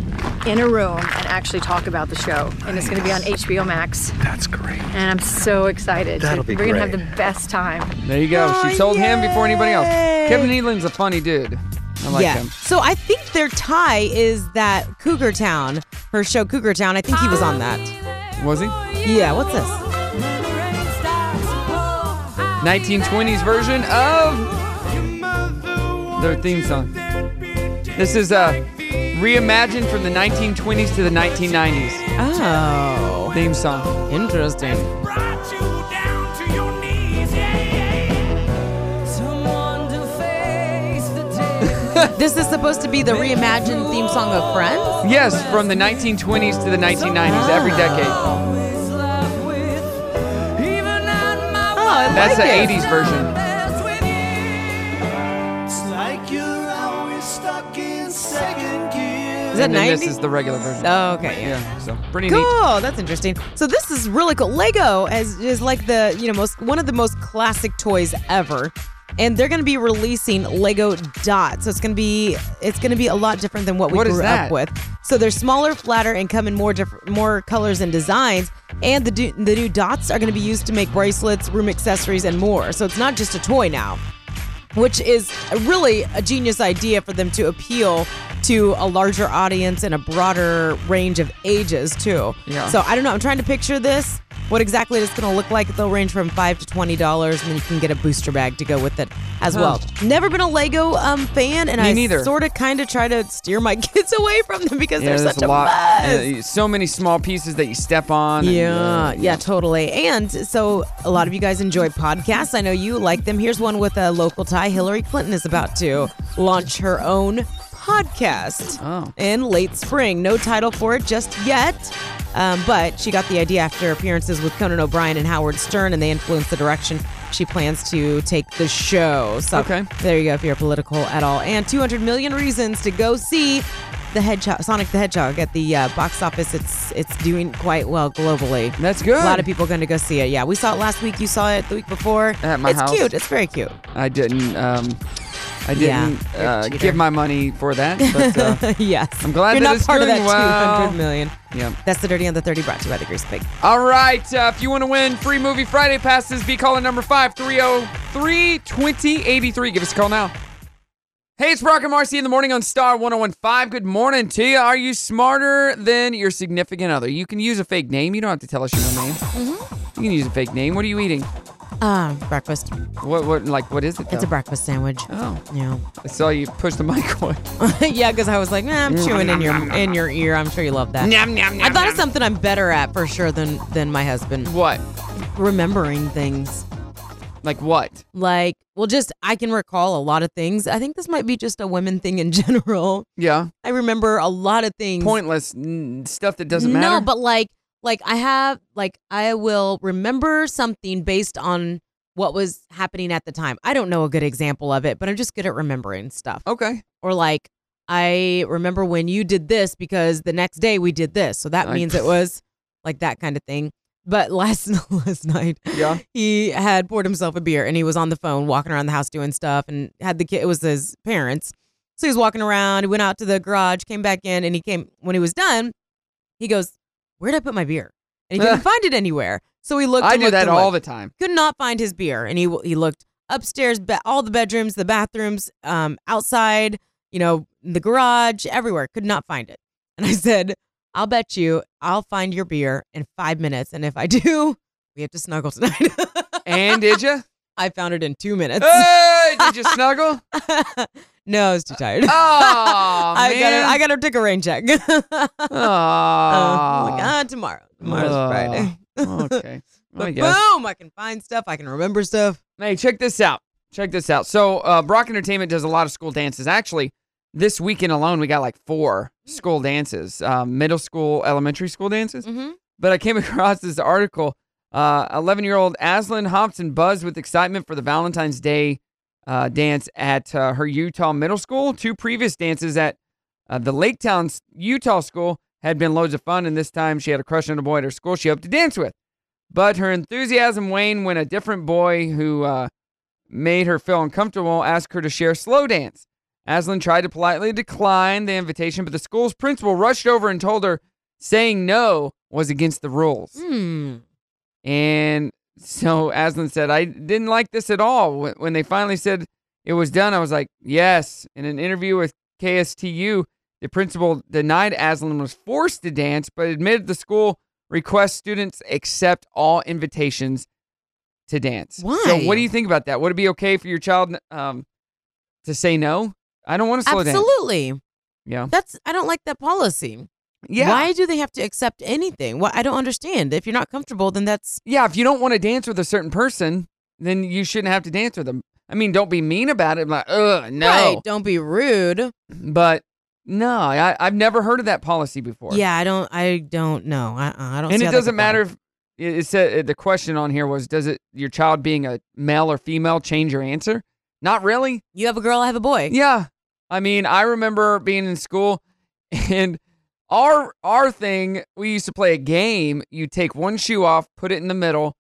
S19: in a room and actually talk about the show, and it's gonna be on HBO Max.
S20: That's great.
S19: And I'm so excited.
S7: That'll be
S19: we're gonna have
S7: great.
S19: the best time.
S7: There you go. she told him before anybody else.
S8: Oh, yay.
S7: Kevin Nealon's a funny dude. I like
S8: yeah.
S7: him.
S8: So I think their tie is that Cougar Town, her show Cougar Town. I think he was on that.
S7: Was he?
S8: Oh, Yeah, what's this?
S7: 1920s version of their theme song. This is a reimagined from the 1920s to the 1990s.
S8: Oh.
S7: Theme song.
S8: Interesting. this is supposed to be the reimagined theme song of Friends? Oh,
S7: Yes, from the 1920s to the 1990s, every decade.
S8: Oh, I
S7: That's
S8: like
S7: the
S8: it.
S7: 80s version.
S8: Is that
S7: and then this
S8: 90s?
S7: is the regular version.
S8: Oh, okay. Yeah.
S7: so pretty
S8: cool.
S7: neat.
S8: That's interesting. So this is really cool. Lego is, is like the you know most one of the most classic toys ever, and they're going to be releasing Lego Dot. So it's going to be it's going to be a lot different than what we
S7: What is
S8: grew
S7: that?
S8: up with. So they're smaller, flatter, and come in more different more colors and designs. And the, do- the new dots are going to be used to make bracelets, room accessories, and more. So it's not just a toy now, which is really a genius idea for them to appeal to a larger audience and a broader range of ages, too.
S7: Yeah.
S8: So I don't know. I'm trying to picture this. What exactly it's going to look like? They'll range from five to twenty dollars, and then you can get a booster bag to go with it as
S7: Huh.
S8: well. Never been a Lego um, fan, and
S7: Me
S8: I
S7: neither.
S8: sort of kind of try to steer my kids away from them because
S7: Yeah,
S8: they're
S7: there's
S8: such a, mess.
S7: yeah, so many small pieces that you step on. and- uh,
S8: Yeah, uh, yeah, totally. And so a lot of you guys enjoy podcasts. I know you like them. Here's one with a local tie. Hillary Clinton is about to launch her own podcast in late spring. No title for it just yet. Um, but she got the idea after appearances with Conan O'Brien and Howard Stern, and they influenced the direction she plans to take the show. So
S7: Okay.
S8: there you go if you're political at all. And 200 million reasons to go see the Hedgehog, Sonic the Hedgehog at the uh, box office. It's it's doing quite well globally.
S7: That's good.
S8: A lot of people going to go see it. Yeah, we saw it last week. You saw it the week before.
S7: At my
S8: it's
S7: house.
S8: cute. It's very cute.
S7: I didn't. Um, I
S8: Yeah,
S7: didn't
S8: you're a
S7: uh,
S8: cheater.
S7: give my money for that. But, uh,
S8: yes,
S7: I'm glad
S8: you're
S7: that
S8: not
S7: it's
S8: part of
S7: doing
S8: that
S7: well.
S8: 200 million.
S7: Yeah.
S8: That's the dirty on the thirty brought to you by the Grease Pig.
S7: All right. Uh, if you want to win free movie Friday passes, be caller number 503 2083. Give us a call now. Hey, it's Brock and Marcy in the morning on Star 1015. Good morning to you. Are you smarter than your significant other? You can use a fake name. You don't have to tell us your real name. You can use a fake name. What are you eating? Oh.
S8: Um, breakfast.
S7: What, what, like, what is it?
S8: It's
S7: though?
S8: a breakfast sandwich.
S7: Oh.
S8: Yeah.
S7: I saw you push the mic away.
S8: yeah, because I was like, nah, I'm
S7: Mm.
S8: chewing in your
S7: Nom, nom,
S8: in your ear. I'm sure you love that.
S7: Nom, nom,
S8: I
S7: nom,
S8: thought of
S7: nom.
S8: something I'm better at for sure than than my husband.
S7: What?
S8: Remembering things.
S7: Like what?
S8: Like, well, just I can recall a lot of things. I think this might be just a women thing in general.
S7: Yeah.
S8: I remember a lot of things.
S7: Pointless mm, stuff that doesn't matter.
S8: No, but like, like I have, like I will remember something based on what was happening at the time. I don't know a good example of it, but I'm just good at remembering stuff.
S7: Okay.
S8: Or like, I remember when you did this because the next day we did this, so that
S7: I-
S8: means it was like that kind of thing. But last last night,
S7: Yeah.
S8: he had poured himself a beer and he was on the phone walking around the house doing stuff and had the kid it was his parents so he was walking around he went out to the garage came back in and he came when he was done he goes where'd i put my beer and he couldn't find it anywhere so he looked
S7: I
S8: and
S7: do
S8: looked
S7: that
S8: and
S7: all the
S8: looked.
S7: time.
S8: could not find his beer and he he looked upstairs ba- all the bedrooms the bathrooms um outside you know the garage everywhere could not find it and i said i'll bet you i'll find your beer in five minutes and if i do we have to snuggle tonight
S7: And did you?
S8: I found it in two minutes.
S7: Hey, did you snuggle?
S8: No, I was too tired.
S7: Aw,
S8: I gotta,
S7: man.
S8: I gotta take a rain check. oh,
S7: Aw.
S8: tomorrow. Tomorrow's
S7: Aw.
S8: Friday.
S7: okay.
S8: But
S7: I guess.
S8: boom! I can find stuff. I can remember stuff.
S7: Hey, check this out. Check this out. So, uh, Brock Entertainment does a lot of school dances. Actually, this weekend alone, we got like four school dances um, middle school, elementary school dances. But I came across this article 11 year old Aslan Hobson buzzed with excitement for the Valentine's Day uh, dance at uh, her Utah middle school. Two previous dances at uh, the Lake Town s- Utah school had been loads of fun, and this time she had a crush on a boy at her school she hoped to dance with. But her enthusiasm waned when a different boy who uh, made her feel uncomfortable asked her to share slow dance. Aslan tried to politely decline the invitation, but the school's principal rushed over and told her saying no was against the rules.
S8: Hmm.
S7: And so Aslan said, I didn't like this at all. Wh- When they finally said it was done, I was like, yes. In an interview with KSTU, the principal denied Aslan was forced to dance, but admitted the school requests students accept all invitations to dance. So,
S8: Why?
S7: what do you think about that? Would it be okay for your child um, to say no? I don't want to slow dance.
S8: Absolutely.
S7: Yeah.
S8: That's. I don't like that policy.
S7: Yeah.
S8: Why do they have to accept anything? Well, I don't understand. If you're not comfortable, then that's
S7: Yeah, if you don't want to dance with a certain person, then you shouldn't have to dance with them. I mean, don't be mean about it. Like, ugh, no.
S8: right. Don't be rude.
S7: But no, I, I've never heard of that policy before.
S8: Yeah, I don't. I don't know. I, I don't.
S7: and
S8: see
S7: it
S8: how they
S7: doesn't
S8: could
S7: matter
S8: bother.
S7: if it, it said the question on here was, does it your child being a male or female change your answer? Not really.
S8: You have a girl. I have a boy.
S7: Yeah. I mean, I remember being in school and our our thing, we used to play a game. You take one shoe off, put it in the middle.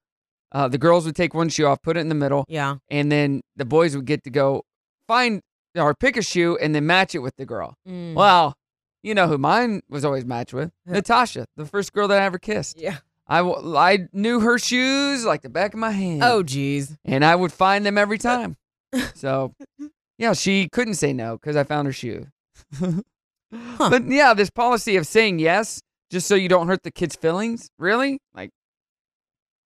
S7: Uh, the girls would take one shoe off, put it in the middle.
S8: Yeah.
S7: And then the boys would get to go find or pick a shoe and then match it with the girl.
S8: Mm.
S7: Well, you know who mine was always matched with? Natasha, the first girl that I ever kissed.
S8: Yeah.
S7: I, w- I knew her shoes like the back of my hand.
S8: Oh, jeez.
S7: And I would find them every time. so, yeah, she couldn't say no because I found her shoe. But yeah, this policy of saying yes just so you don't hurt the kids' feelings, really? Like,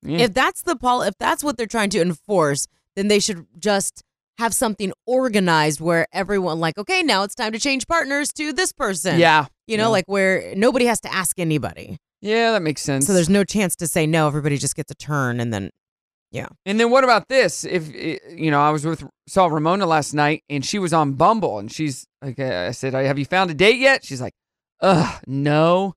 S7: yeah.
S8: If that's the pol, if that's what they're trying to enforce, then they should just have something organized where everyone, like, okay, now it's time to change partners to this person.
S7: Yeah.
S8: you know,
S7: Yeah.
S8: like where nobody has to ask anybody.
S7: Yeah, that makes sense.
S8: So there's no chance to say no. Everybody just gets a turn, and then yeah.
S7: And then what about this? If eh, you know, I was with saw Ramona last night, and she was on Bumble, and she's like, eh, I said, "Have you found a date yet?" She's like, "Ugh, no."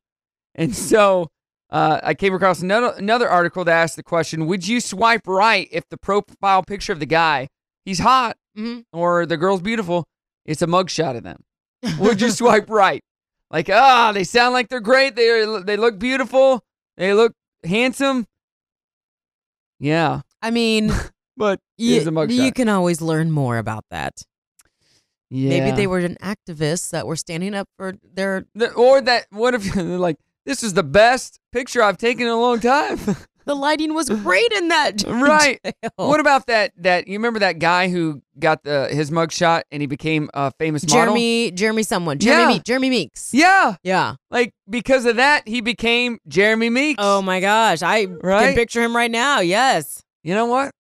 S7: And so uh, I came across another, another article that asked the question: Would you swipe right if the profile picture of the guy he's hot or the girl's beautiful? It's a mugshot of them. Would you swipe right? Like, ah, they sound like they're great. They they look beautiful. They look handsome. Yeah.
S8: I mean,
S7: but
S8: you,
S7: it's a mugshot.
S8: you can always learn more about that. Maybe
S7: Yeah.
S8: they were an activist that were standing up for their.
S7: The- or that what if they're like this is the best picture I've taken in a long time.
S8: The lighting was great in that.
S7: right.
S8: jail.
S7: What about that that you remember that guy who got the his mugshot and he became a famous model?
S8: Jeremy, Jeremy, someone, Jeremy,
S7: Yeah.
S8: Meek, Jeremy Meeks.
S7: Yeah.
S8: Yeah.
S7: Like because of that he became Jeremy Meeks. Oh
S8: my gosh, I
S7: right?
S8: Can picture him right now. Yes.
S7: You know what?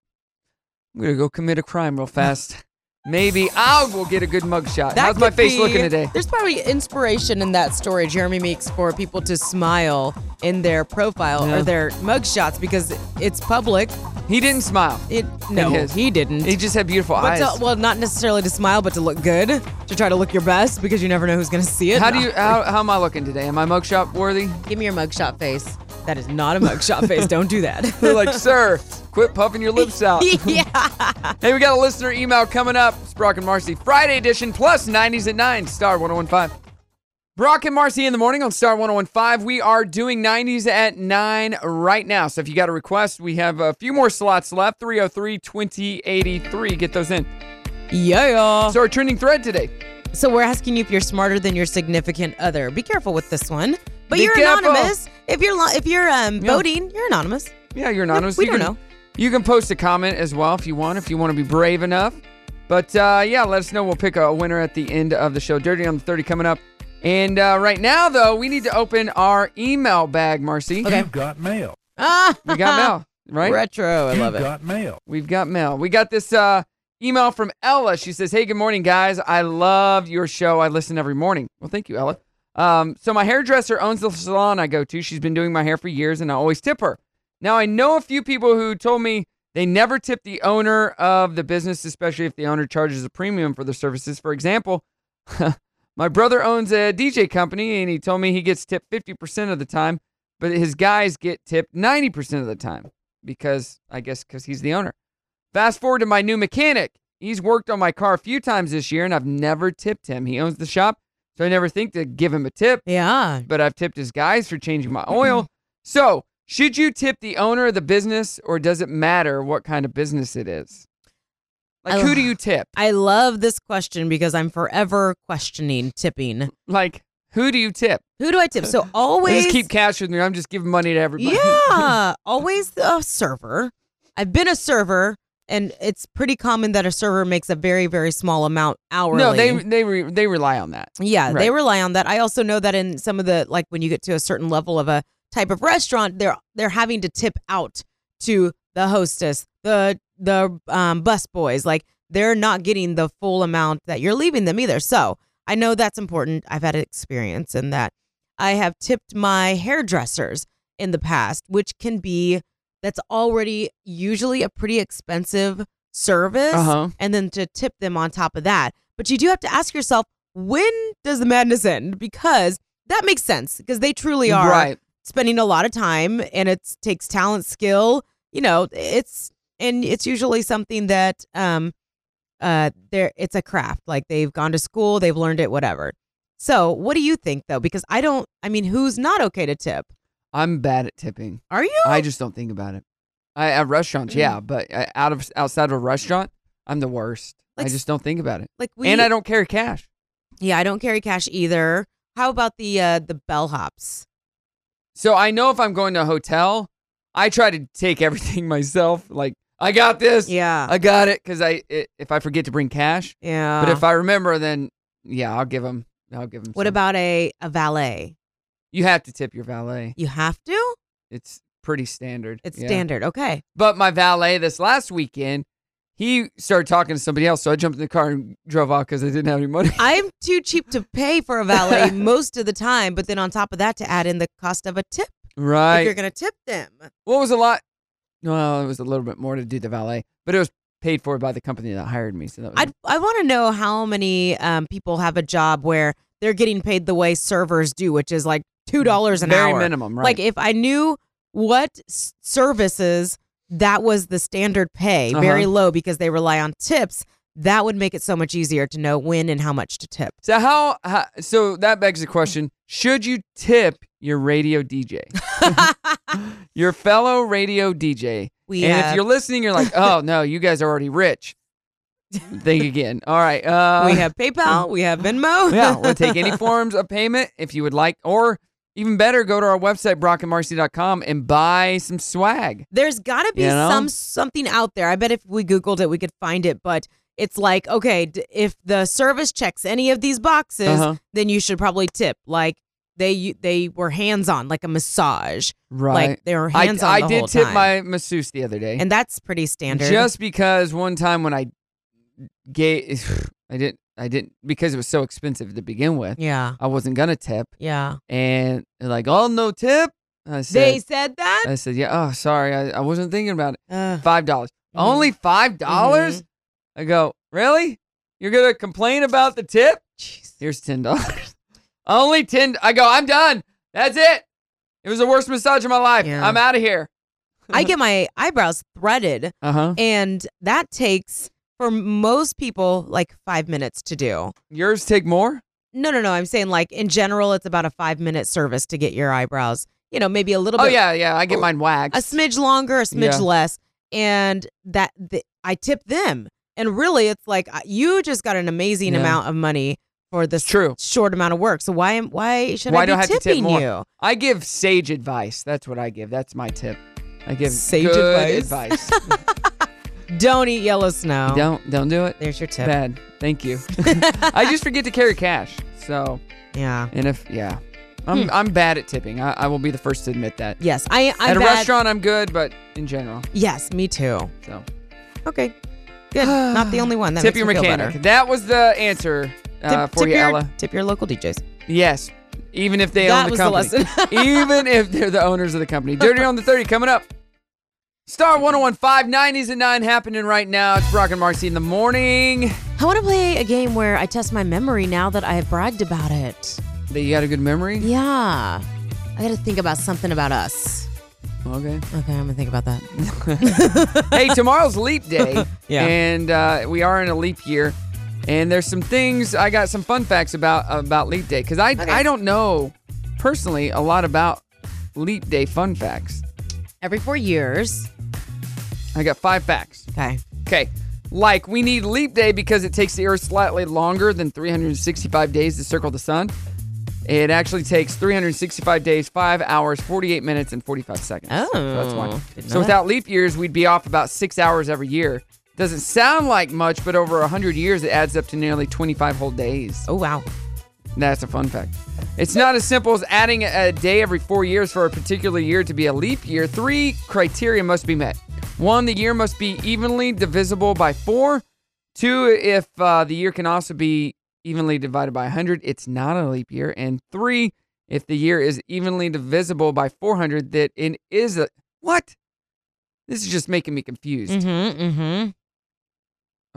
S7: I'm gonna go commit a crime real fast. Maybe I will get a good mugshot.
S8: That
S7: How's my
S8: could
S7: face
S8: be-
S7: looking today?
S8: There's probably inspiration in that story, Jeremy Meeks, for people to smile in their profile
S7: Yeah.
S8: or their mugshots because it's public.
S7: He didn't smile.
S8: It no,
S7: his.
S8: he didn't.
S7: He just had beautiful
S8: But
S7: eyes.
S8: to- well, not necessarily to smile, but to look good, to try to look your best because you never know who's going to see it.
S7: How do you how, how am I looking today? Am I mugshot worthy?
S8: Give me your mugshot face. That is not a mugshot face. Don't do that.
S7: They're like, sir, quit puffing your lips out.
S8: yeah.
S7: Hey, we got a listener email coming up. It's Brock and Marcy Friday edition plus 90s at 9, star 1015. Brock and Marcy in the morning on Star 1015. We are doing 90s at 9 right now. So if you got a request, we have a few more slots left 303 2083. Get those in.
S8: Yeah.
S7: So our trending thread today.
S8: So we're asking you if you're smarter than your significant other. Be careful with this one. But
S7: Be
S8: you're
S7: careful.
S8: anonymous. If you're lo- if you're um,
S7: Yeah.
S8: voting, you're anonymous.
S7: Yeah, you're anonymous.
S8: we
S7: You
S8: don't
S7: can-
S8: know.
S7: You can post a comment as well if you want, if you want to be brave enough. But uh, yeah, let us know. We'll pick a winner at the end of the show. Dirty on the 30 coming up. And uh, right now, though, we need to open our email bag, Marcy. Okay. You've got mail. We got mail, right?
S8: Retro. I love it.
S7: mail. We've got mail. We got this uh, email from Ella. She says, Hey, good morning, guys. I love your show. I listen every morning. Well, thank you, Ella. Um, so, my hairdresser owns the salon I go to. She's been doing my hair for years, and I always tip her. Now, I know a few people who told me they never tip the owner of the business, especially if the owner charges a premium for their services. For example, my brother owns a DJ company, and he told me he gets tipped 50% of the time, but his guys get tipped 90% of the time because I guess because he's the owner. Fast forward to my new mechanic. He's worked on my car a few times this year, and I've never tipped him. He owns the shop, so I never think to give him a tip.
S8: Yeah.
S7: But I've tipped his guys for changing my oil. so, should you tip the owner of the business, or does it matter what kind of business it is? Like, who do you tip?
S8: I love this question because I'm forever questioning tipping.
S7: Like, who do you tip?
S8: Who do I tip? So
S7: I
S8: always
S7: just keep cash with me. I'm just giving money to everybody.
S8: Yeah, always a server. I've been a server, and it's pretty common that a server makes a very, very small amount hourly.
S7: No, they they re, they rely on that.
S8: yeah, they
S7: Right.
S8: rely on that. I also know that in some of the like when you get to a certain level of a type of restaurant, they're they're having to tip out to the hostess, the the um, bus boys. Like they're not getting the full amount that you're leaving them either. So I know that's important. I've had experience in that. I have tipped my hairdressers in the past, which can be that's already usually a pretty expensive service,
S7: Uh-huh.
S8: and then to tip them on top of that. But you do have to ask yourself, when does the madness end? Because that makes sense because they truly are
S7: Right.
S8: spending a lot of time, and it takes talent, skill. You know, it's and it's usually something that um uh there it's a craft like they've gone to school they've learned it whatever so what do you think though because i don't i mean who's not okay to tip
S7: I'm bad at tipping.
S8: Are you?
S7: I just don't think about it. I at restaurants, yeah,
S8: Mm.
S7: but uh, out of outside of a restaurant, I'm the worst. I just don't think about it.
S8: like
S7: and
S8: we-
S7: I don't carry cash.
S8: yeah i don't carry cash either how about the uh the bellhops
S7: So I know if I'm going to a hotel, I try to take everything myself. Like I got this.
S8: Yeah.
S7: I got it because I i if I forget to bring cash.
S8: Yeah.
S7: But if I remember, then yeah, I'll give them. I'll give them.
S8: Uh-huh. What about a, a valet?
S7: You have to tip your valet.
S8: You have to?
S7: It's pretty standard.
S8: It's standard. Okay.
S7: But my valet this last weekend, he started talking to somebody else, so I jumped in the car and drove off because I didn't have any money.
S8: I'm too cheap to pay for a valet most of the time, but then on top of that, to add in the cost of a tip.
S7: Right.
S8: If you're going to tip them.
S7: What was a lot? Well, it was a little bit more to do the valet, but it was paid for by the company that hired me. So that was
S8: I I want to know how many um, people have a job where they're getting paid the way servers do, which is like two dollars an
S7: Mm. Very
S8: hour,
S7: minimum, right.
S8: Like if I knew what s- services that was the standard pay, very
S7: Uh-huh.
S8: low because they rely on tips. That would make it so much easier to know when and how much to tip.
S7: So how, how? So that begs the question: Should you tip your radio DJ, your fellow radio DJ?
S8: We
S7: and
S8: have-
S7: if you're listening, you're like, "Oh no, you guys are already rich." Think again. All right. Uh,
S8: we have PayPal, we have Venmo.
S7: yeah, we'll take any forms of payment if you would like, or even better, go to our website brockandmarcy.com and buy some swag.
S8: There's got to be
S7: You know?
S8: some something out there. I bet if we googled it, we could find it. But it's like, okay, d- if the service checks any of these boxes,
S7: Uh-huh.
S8: then you should probably tip. Like they they were hands on, like a massage.
S7: Right.
S8: Like they were
S7: I-
S8: hands on.
S7: I
S8: the
S7: did
S8: whole
S7: tip
S8: time.
S7: my masseuse the other day.
S8: and that's pretty standard.
S7: Just because one time when I gave, I didn't, I didn't because it was so expensive to begin with.
S8: Yeah.
S7: I wasn't gonna tip,
S8: yeah.
S7: and they're like, "Oh, no tip." I said,
S8: They said that.
S7: I said, "Yeah, oh, sorry, I, I wasn't thinking about it." Five dollars,
S8: Mm-hmm.
S7: only five dollars. I go, "Really? You're gonna complain about the tip? Here's ten dollars. only ten. I go, I'm done. That's it. It was the worst massage of my life. I'm out of here."
S8: I get my eyebrows threaded,
S7: Uh-huh.
S8: and that takes for most people like five minutes to do.
S7: Yours take more?
S8: No, no, no. I'm saying like in general, it's about a five minute service to get your eyebrows. You know, maybe a little
S7: Oh
S8: bit.
S7: yeah, yeah. I get mine waxed.
S8: a smidge longer, a smidge
S7: Yeah.
S8: less, and that th- I tip them. And really, it's like uh, you just got an amazing
S7: Yeah.
S8: amount of money for this
S7: true.
S8: short amount of work. So why am why should
S7: Why
S8: I be
S7: do I have
S8: tipping
S7: to tip more?
S8: you?
S7: I give sage advice. That's what I give. That's my tip. I give
S8: Sage
S7: good
S8: advice. Don't eat yellow snow.
S7: Don't don't do it.
S8: There's your tip.
S7: Bad. Thank you. I just forget to carry cash. So
S8: yeah.
S7: And if yeah, I'm
S8: Hmm.
S7: I'm bad at tipping. I, I will be the first to admit that.
S8: Yes, I I'm
S7: at a
S8: bad-
S7: restaurant I'm good, but in general.
S8: Yes, me too.
S7: So
S8: Okay, good. Not the only one. That
S7: tip
S8: makes
S7: your
S8: me feel better.
S7: mechanic. That was the answer uh,
S8: Tip-
S7: for
S8: tip
S7: you,
S8: your-
S7: Ella.
S8: Tip your local DJs.
S7: Yes, even if they
S8: That
S7: own the
S8: was the
S7: company. even if they're the owners of the company. Dirty on the 30 coming up. Star 1015, 90s and 9 happening right now. It's Brock and Marcy in the morning.
S8: I want to play a game where I test my memory now that I have bragged about it.
S7: That you got a good memory?
S8: Yeah. I got to think about something about us.
S7: Okay.
S8: Okay, I'm going to think about that.
S7: hey, tomorrow's leap day.
S8: Yeah.
S7: And uh, we are in a leap year. And there's some things I got some fun facts about about leap day because I I don't know personally a lot about leap day fun facts.
S8: Every four years,
S7: I got five facts.
S8: Okay.
S7: Okay. Like we need leap day because it takes the Earth slightly longer than 365 days to circle the sun. It actually takes 365 days, five hours, 48 minutes, and 45 seconds.
S8: Oh,
S7: so that's why.
S8: didn't know
S7: So
S8: that.
S7: without leap years, we'd be off about six hours every year. Doesn't sound like much, but over 100 years, it adds up to nearly 25 whole days.
S8: Oh, wow.
S7: That's a fun fact. It's not as simple as adding a day every four years for a particular year to be a leap year. Three criteria must be met. One, the year must be evenly divisible by four. Two, if uh, the year can also be evenly divided by 100, it's not a leap year. And three, if the year is evenly divisible by 400, that it is a. What? This is just making me confused.
S8: Mm-hmm, mm-hmm.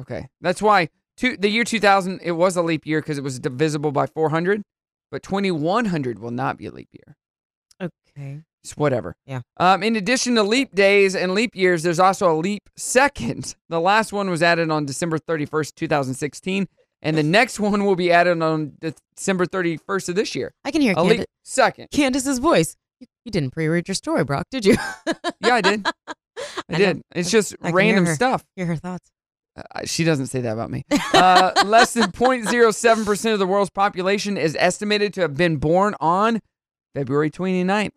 S7: Okay. That's why two, the year 2000, it was a leap year because it was divisible by 400, but 2100 will not be a leap year.
S8: Okay.
S7: It's whatever.
S8: Yeah.
S7: Um, in addition to leap days and leap years, there's also a leap second. The last one was added on December 31st, 2016, and the next one will be added on de- December 31st of this year.
S8: I e- can hear
S7: a leap
S8: Candi-
S7: second.
S8: Candace's voice. You, you didn't pre-read your story, Brock, did you?
S7: Yeah, I did. I
S8: know.
S7: did. It's just
S8: I can hear
S7: random
S8: her-
S7: stuff.
S8: Hear her thoughts.
S7: Uh, she doesn't say that about me. Uh, less than 0.07% of the world's population is estimated to have been born on February 29th,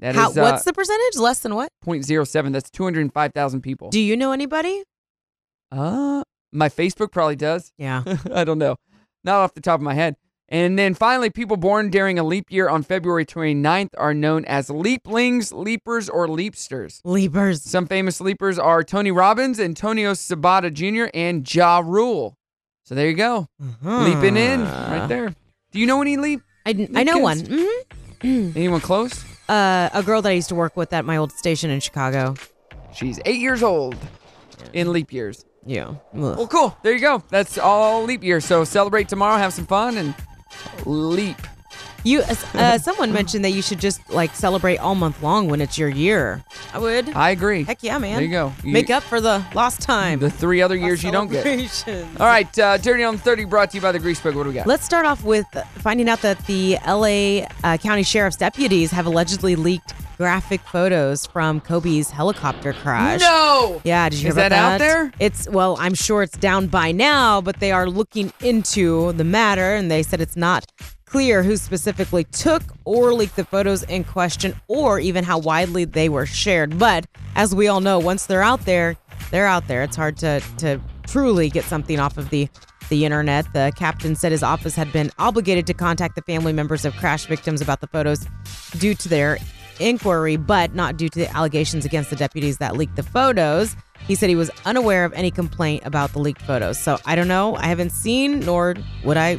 S7: That is uh,
S8: How, what's the percentage? Less than what?
S7: point zero seven? That's two hundred five thousand people.
S8: Do you know anybody?
S7: Uh, my Facebook probably does.
S8: Yeah.
S7: I don't know. Not off the top of my head. And then finally, people born during a leap year on February 29th are known as leaplings, leapers, or leapsters.
S8: Leapers.
S7: Some famous leapers are Tony Robbins, Antonio Sabata Jr., and Ja Rule. So there you go.
S8: Uh-huh.
S7: Leaping in right there. Do you know any leap?
S8: I, I know one. Mhm.
S7: Anyone close?
S8: Uh, a girl that I used to work with at my old station in Chicago.
S7: She's eight years old in leap years.
S8: Yeah.
S7: Well, cool. There you go. That's all leap year. So celebrate tomorrow, have some fun, and leap.
S8: You, uh, someone mentioned that you should just like celebrate all month long when it's your year. I would.
S7: I agree.
S8: Heck yeah, man.
S7: There you go. You-
S8: Make up for the lost time.
S7: The three other years you don't get.
S8: Celebrations.
S7: All right, uh, Dirty on 30 brought to you by the Grease Pig. What do we got?
S8: Let's start off with finding out that the LA uh, County Sheriff's deputies have allegedly leaked graphic photos from Kobe's helicopter crash.
S7: No!
S8: Yeah, did you
S7: Is
S8: hear about
S7: that out there?
S8: It's well, I'm sure it's down by now, but they are looking into the matter and they said it's not clear who specifically took or leaked the photos in question or even how widely they were shared. But as we all know, once they're out there, they're out there. It's hard to to truly get something off of the the internet. The captain said his office had been obligated to contact the family members of crash victims about the photos due to their inquiry, but not due to the allegations against the deputies that leaked the photos. He said he was unaware of any complaint about the leaked photos. So I don't know. I haven't seen, nor would I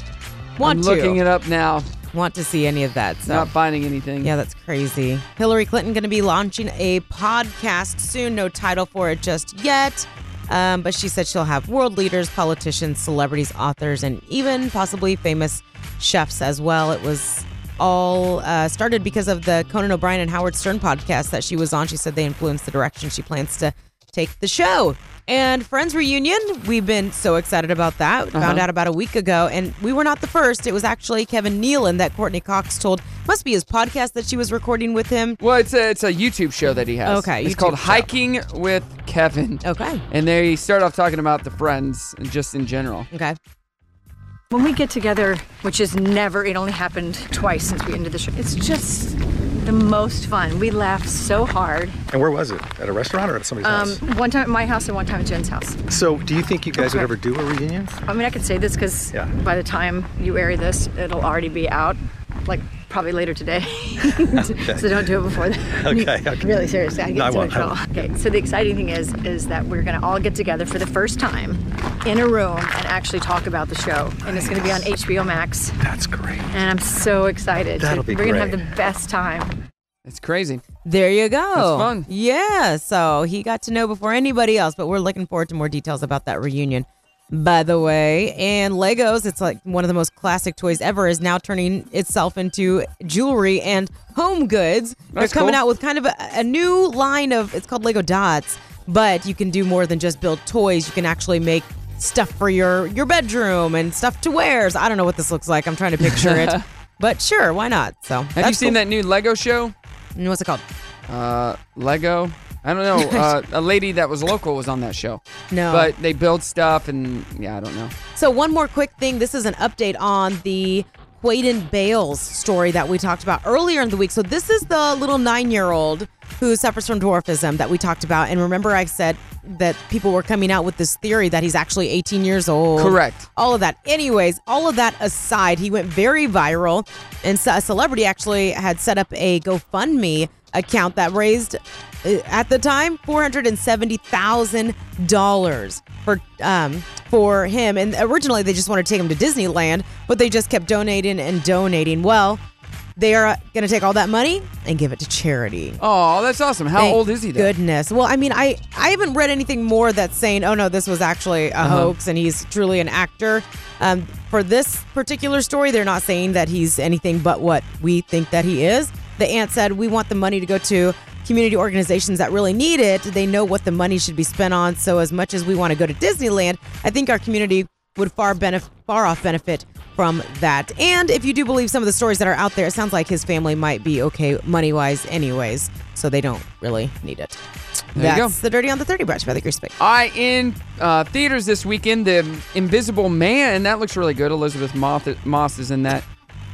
S8: want
S7: I'm
S8: to.
S7: looking it up now.
S8: Want to see any of that? So.
S7: Not finding anything.
S8: Yeah, that's crazy. Hillary Clinton going to be launching a podcast soon. No title for it just yet. Um, but she said she'll have world leaders, politicians, celebrities, authors, and even possibly famous chefs as well. It was all uh, started because of the Conan O'Brien and Howard Stern podcast that she was on. She said they influenced the direction she plans to take the show. And Friends Reunion, we've been so excited about that. Found out about a week ago, and we were not the first. It was actually Kevin Nealon that Courtney Cox told. Must be his podcast that she was recording with him.
S7: Well, it's a, it's a YouTube show that he has.
S8: Okay,
S7: It's
S8: YouTube
S7: called
S8: show.
S7: Hiking with Kevin.
S8: Okay.
S7: And they start off talking about the friends and just in general.
S8: Okay.
S19: When we get together, which is never, it only happened twice since we ended the show, it's just the most fun. We laugh so hard.
S20: And where was it? At a restaurant or at somebody's
S19: Um,
S20: house?
S19: one time at my house and one time at Jen's house.
S20: So, do you think you guys would ever do a reunion?
S19: I mean, I could say this because
S20: Yeah.
S19: by the time you air this, it'll already be out, like probably later today. So don't do it before that.
S20: Okay, okay.
S19: Really seriously, I get
S20: No, I
S19: so much
S20: won't, I
S19: trouble.
S20: won't.
S19: Okay, so the exciting thing is, is that we're gonna all get together for the first time in a room and actually talk about the show, and it's gonna be on HBO Max.
S20: That's great.
S19: And I'm so excited. So
S8: That'll be
S19: We're gonna have
S8: great.
S19: the best time.
S7: It's crazy.
S8: There you go.
S7: That's fun.
S8: Yeah. So he got to know before anybody else, but we're looking forward to more details about that reunion. By the way, and Legos, it's like one of the most classic toys ever, is now turning itself into jewelry and home goods.
S7: That's
S8: They're coming
S7: cool.
S8: out with kind of a, a new line of it's called Lego Dots, but you can do more than just build toys. You can actually make stuff for your your bedroom and stuff to wear. So I don't know what this looks like. I'm trying to picture it, but sure, why not? So
S7: Have you seen that new Lego show?
S8: What's it called?
S7: Uh, Lego. I don't know. Uh, a lady that was local was on that show.
S8: No.
S7: But they build stuff and yeah, I don't know.
S8: So one more quick thing. This is an update on the Quaden Bales story that we talked about earlier in the week. So this is the little nine-year-old who suffers from dwarfism that we talked about. And remember, I said that people were coming out with this theory that he's actually 18 years old.
S7: Correct.
S8: All of that. Anyways, all of that aside, he went very viral, and so- a celebrity actually had set up a GoFundMe account that raised uh, at the time $470,000 for um for him and originally they just wanted to take him to Disneyland but they just kept donating and donating well they are going to take all that money and give it to charity
S7: Oh, that's awesome. How
S8: Thank
S7: old is he though?
S8: Goodness. Well, I mean, I I haven't read anything more that's saying, oh no, this was actually a
S7: Uh-huh.
S8: hoax and he's truly an actor. Um, for this particular story, they're not saying that he's anything but what we think that he is. The aunt said, we want the money to go to community organizations that really need it. They know what the money should be spent on. So as much as we want to go to Disneyland, I think our community would far benef- far off benefit from that. And if you do believe some of the stories that are out there, it sounds like his family might be okay money wise, anyways, so they don't really need it.
S7: There you
S8: That's
S7: go.
S8: the Dirty on the 30 Brunch by the Grease Pig.
S7: I in uh, theaters this weekend, The Invisible Man. That looks really good. Elizabeth Moth- Moss is in that.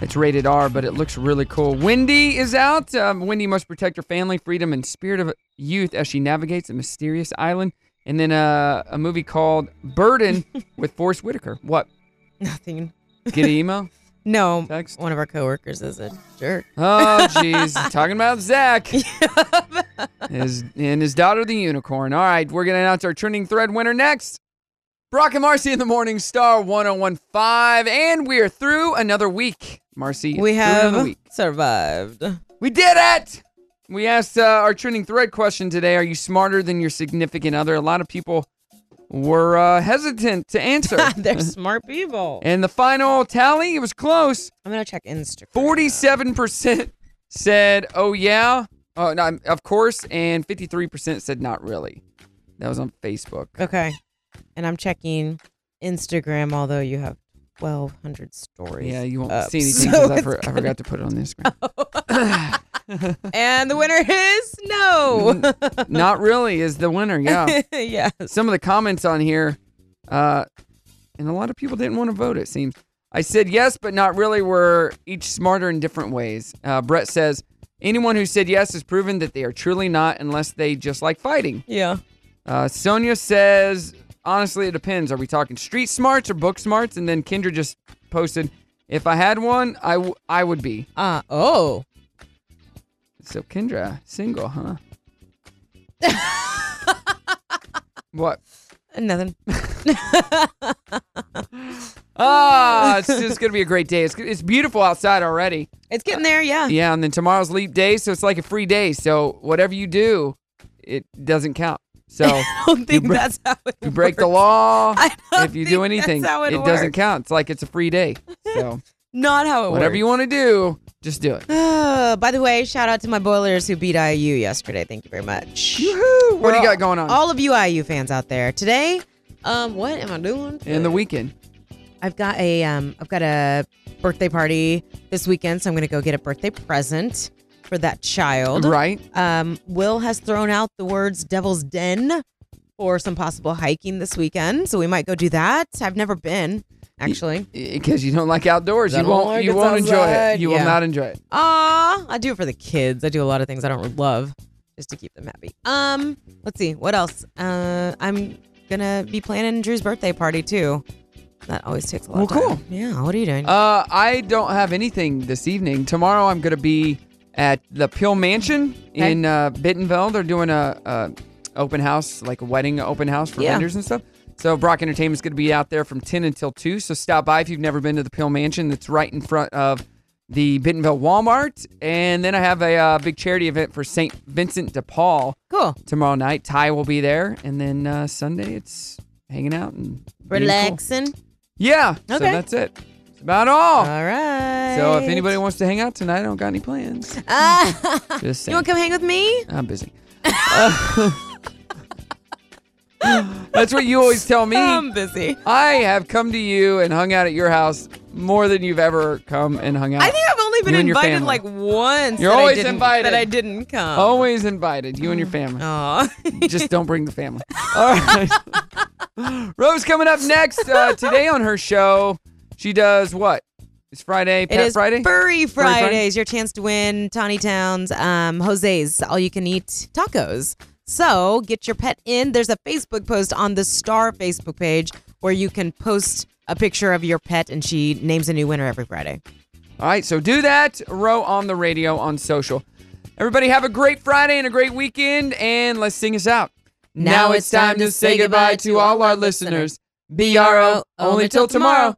S7: It's rated R, but it looks really cool. Wendy is out. Um, Wendy must protect her family, freedom, and spirit of youth as she navigates a mysterious island. And then uh, a movie called Burden with Forrest Whitaker. What?
S8: Nothing.
S7: Get an email?
S8: no. One of our coworkers is a jerk.
S7: Oh, jeez. Talking about Zach. his, and his daughter, the unicorn. All right, we're going to announce our trending thread winner next. Brock and Marcy in the Morning Star 1015. And we are through another week. Marcy,
S8: We
S7: through another
S8: have
S7: week.
S8: survived.
S7: We did it! We asked uh, our trending thread question today Are you smarter than your significant other? A lot of people were uh, hesitant to answer.
S8: They're smart people.
S7: And the final tally, it was close.
S8: I'm gonna check Instagram.
S7: Forty-seven percent said, "Oh yeah, oh no, I'm- of course," and fifty-three percent said, "Not really." That was on Facebook.
S8: Okay. And I'm checking Instagram, although you have 1,200 stories.
S7: Yeah, you won't
S8: up,
S7: see anything
S8: so
S7: 'cause I,
S8: it's Oh.
S7: for, I
S8: gonna-
S7: forgot to put it on the Instagram.
S8: and the winner is
S7: Mm-hmm.
S8: no.
S7: Not really is the winner. Yeah,
S8: yeah.
S7: Some of the comments on here, uh, and a lot of people didn't want to vote. It seems. I said yes, but not really. We're each smarter in different ways. Uh, Brett says anyone who said yes has proven that they are truly not, unless they just like fighting.
S8: Yeah.
S7: Uh, Sonia says, honestly, it depends. Are we talking street smarts or book smarts? And then Kendra just posted, if I had one, I, w- I would be.
S8: Uh, oh.
S7: So Kendra, single, huh? what?
S8: Nothing.
S7: Ah, it's just going to be a great day. It's, it's beautiful outside already.
S8: It's getting there, yeah.
S7: Yeah, and then tomorrow's leap day, so it's like a free day. So whatever you do, it doesn't count. So I
S8: don't think that's how it
S7: you break the law. if you do
S8: think that's
S7: anything,
S8: how it
S7: doesn't
S8: works.
S7: count. It's like it's a free day. So
S8: Not how it
S7: whatever
S8: works.
S7: you want to do, just do it.
S8: Uh, by the way, shout out to my Boilers who beat IU yesterday. Thank you very much.
S7: What do you got going on?
S8: All of you IU fans out there today. Um, what am I doing?
S7: In the weekend.
S8: I've got a um, I've got a birthday party this weekend, so I'm gonna go get a birthday present for that child.
S7: Right.
S8: Um, Will has thrown out the words "Devil's Den" for some possible hiking this weekend, so we might go do that. I've never been actually.
S7: Because you don't like outdoors,
S8: I
S7: you
S8: don't
S7: won't.
S8: like
S7: you
S8: it
S7: won't enjoy it.
S8: outside.
S7: You
S8: Yeah.
S7: will not enjoy it.
S8: Aw, I do it for the kids. I do a lot of things I don't love just to keep them happy. Um, let's see what else. Uh, I'm gonna be planning Drew's birthday party too. That always takes a lot. of
S7: Well,
S8: time. Yeah. What are you doing?
S7: Uh, I don't have anything this evening. Tomorrow, I'm going to be at the Pill Mansion
S8: Okay.
S7: in uh, Bentonville. They're doing a, a open house, like a wedding open house for
S8: Yeah.
S7: vendors and stuff. So Brock Entertainment's going to be out there from 10 until 2. So stop by if you've never been to the Pill Mansion. That's right in front of the Bentonville Walmart. And then I have a uh, big charity event for St. Vincent de Paul.
S8: Cool.
S7: Tomorrow night, Ty will be there, and then uh, Sunday it's hanging out and being cool.
S8: Relaxing.
S7: Yeah. So
S8: Okay.
S7: that's it. That's about all. All
S8: right.
S7: So if anybody wants to hang out tonight, I don't got any plans.
S8: Ah,
S7: Just
S8: you
S7: saying.
S8: want to come hang with me?
S7: I'm busy. Uh, that's what you always tell me. I'm
S8: busy.
S7: I have come to you and hung out at your house more than you've ever come and hung out.
S8: I think I've only been
S7: You and your
S8: invited
S7: family.
S8: like once.
S7: You're
S8: that I
S7: always
S8: didn't-
S7: invited. Oh.
S8: That I didn't come.
S7: Always invited. You
S8: Oh.
S7: and your family.
S8: Aw.
S7: Just don't bring the family. All right. Rose coming up next uh, today on her show. She does what? It's Friday.
S8: It
S7: Pat
S8: is
S7: Friday. Furry
S8: Furry
S7: Friday?
S8: Fridays. Your chance to win Tawny Towns, um, Jose's all you can eat tacos. So get your pet in. There's a Facebook post on the Star Facebook page where you can post a picture of your pet, and she names a new winner every Friday.
S7: All right, so do that. Row on the radio on social. Everybody have a great Friday and a great weekend, and let's sing us out.
S8: Now it's time to say goodbye
S7: to all our listeners. BRO, only till tomorrow.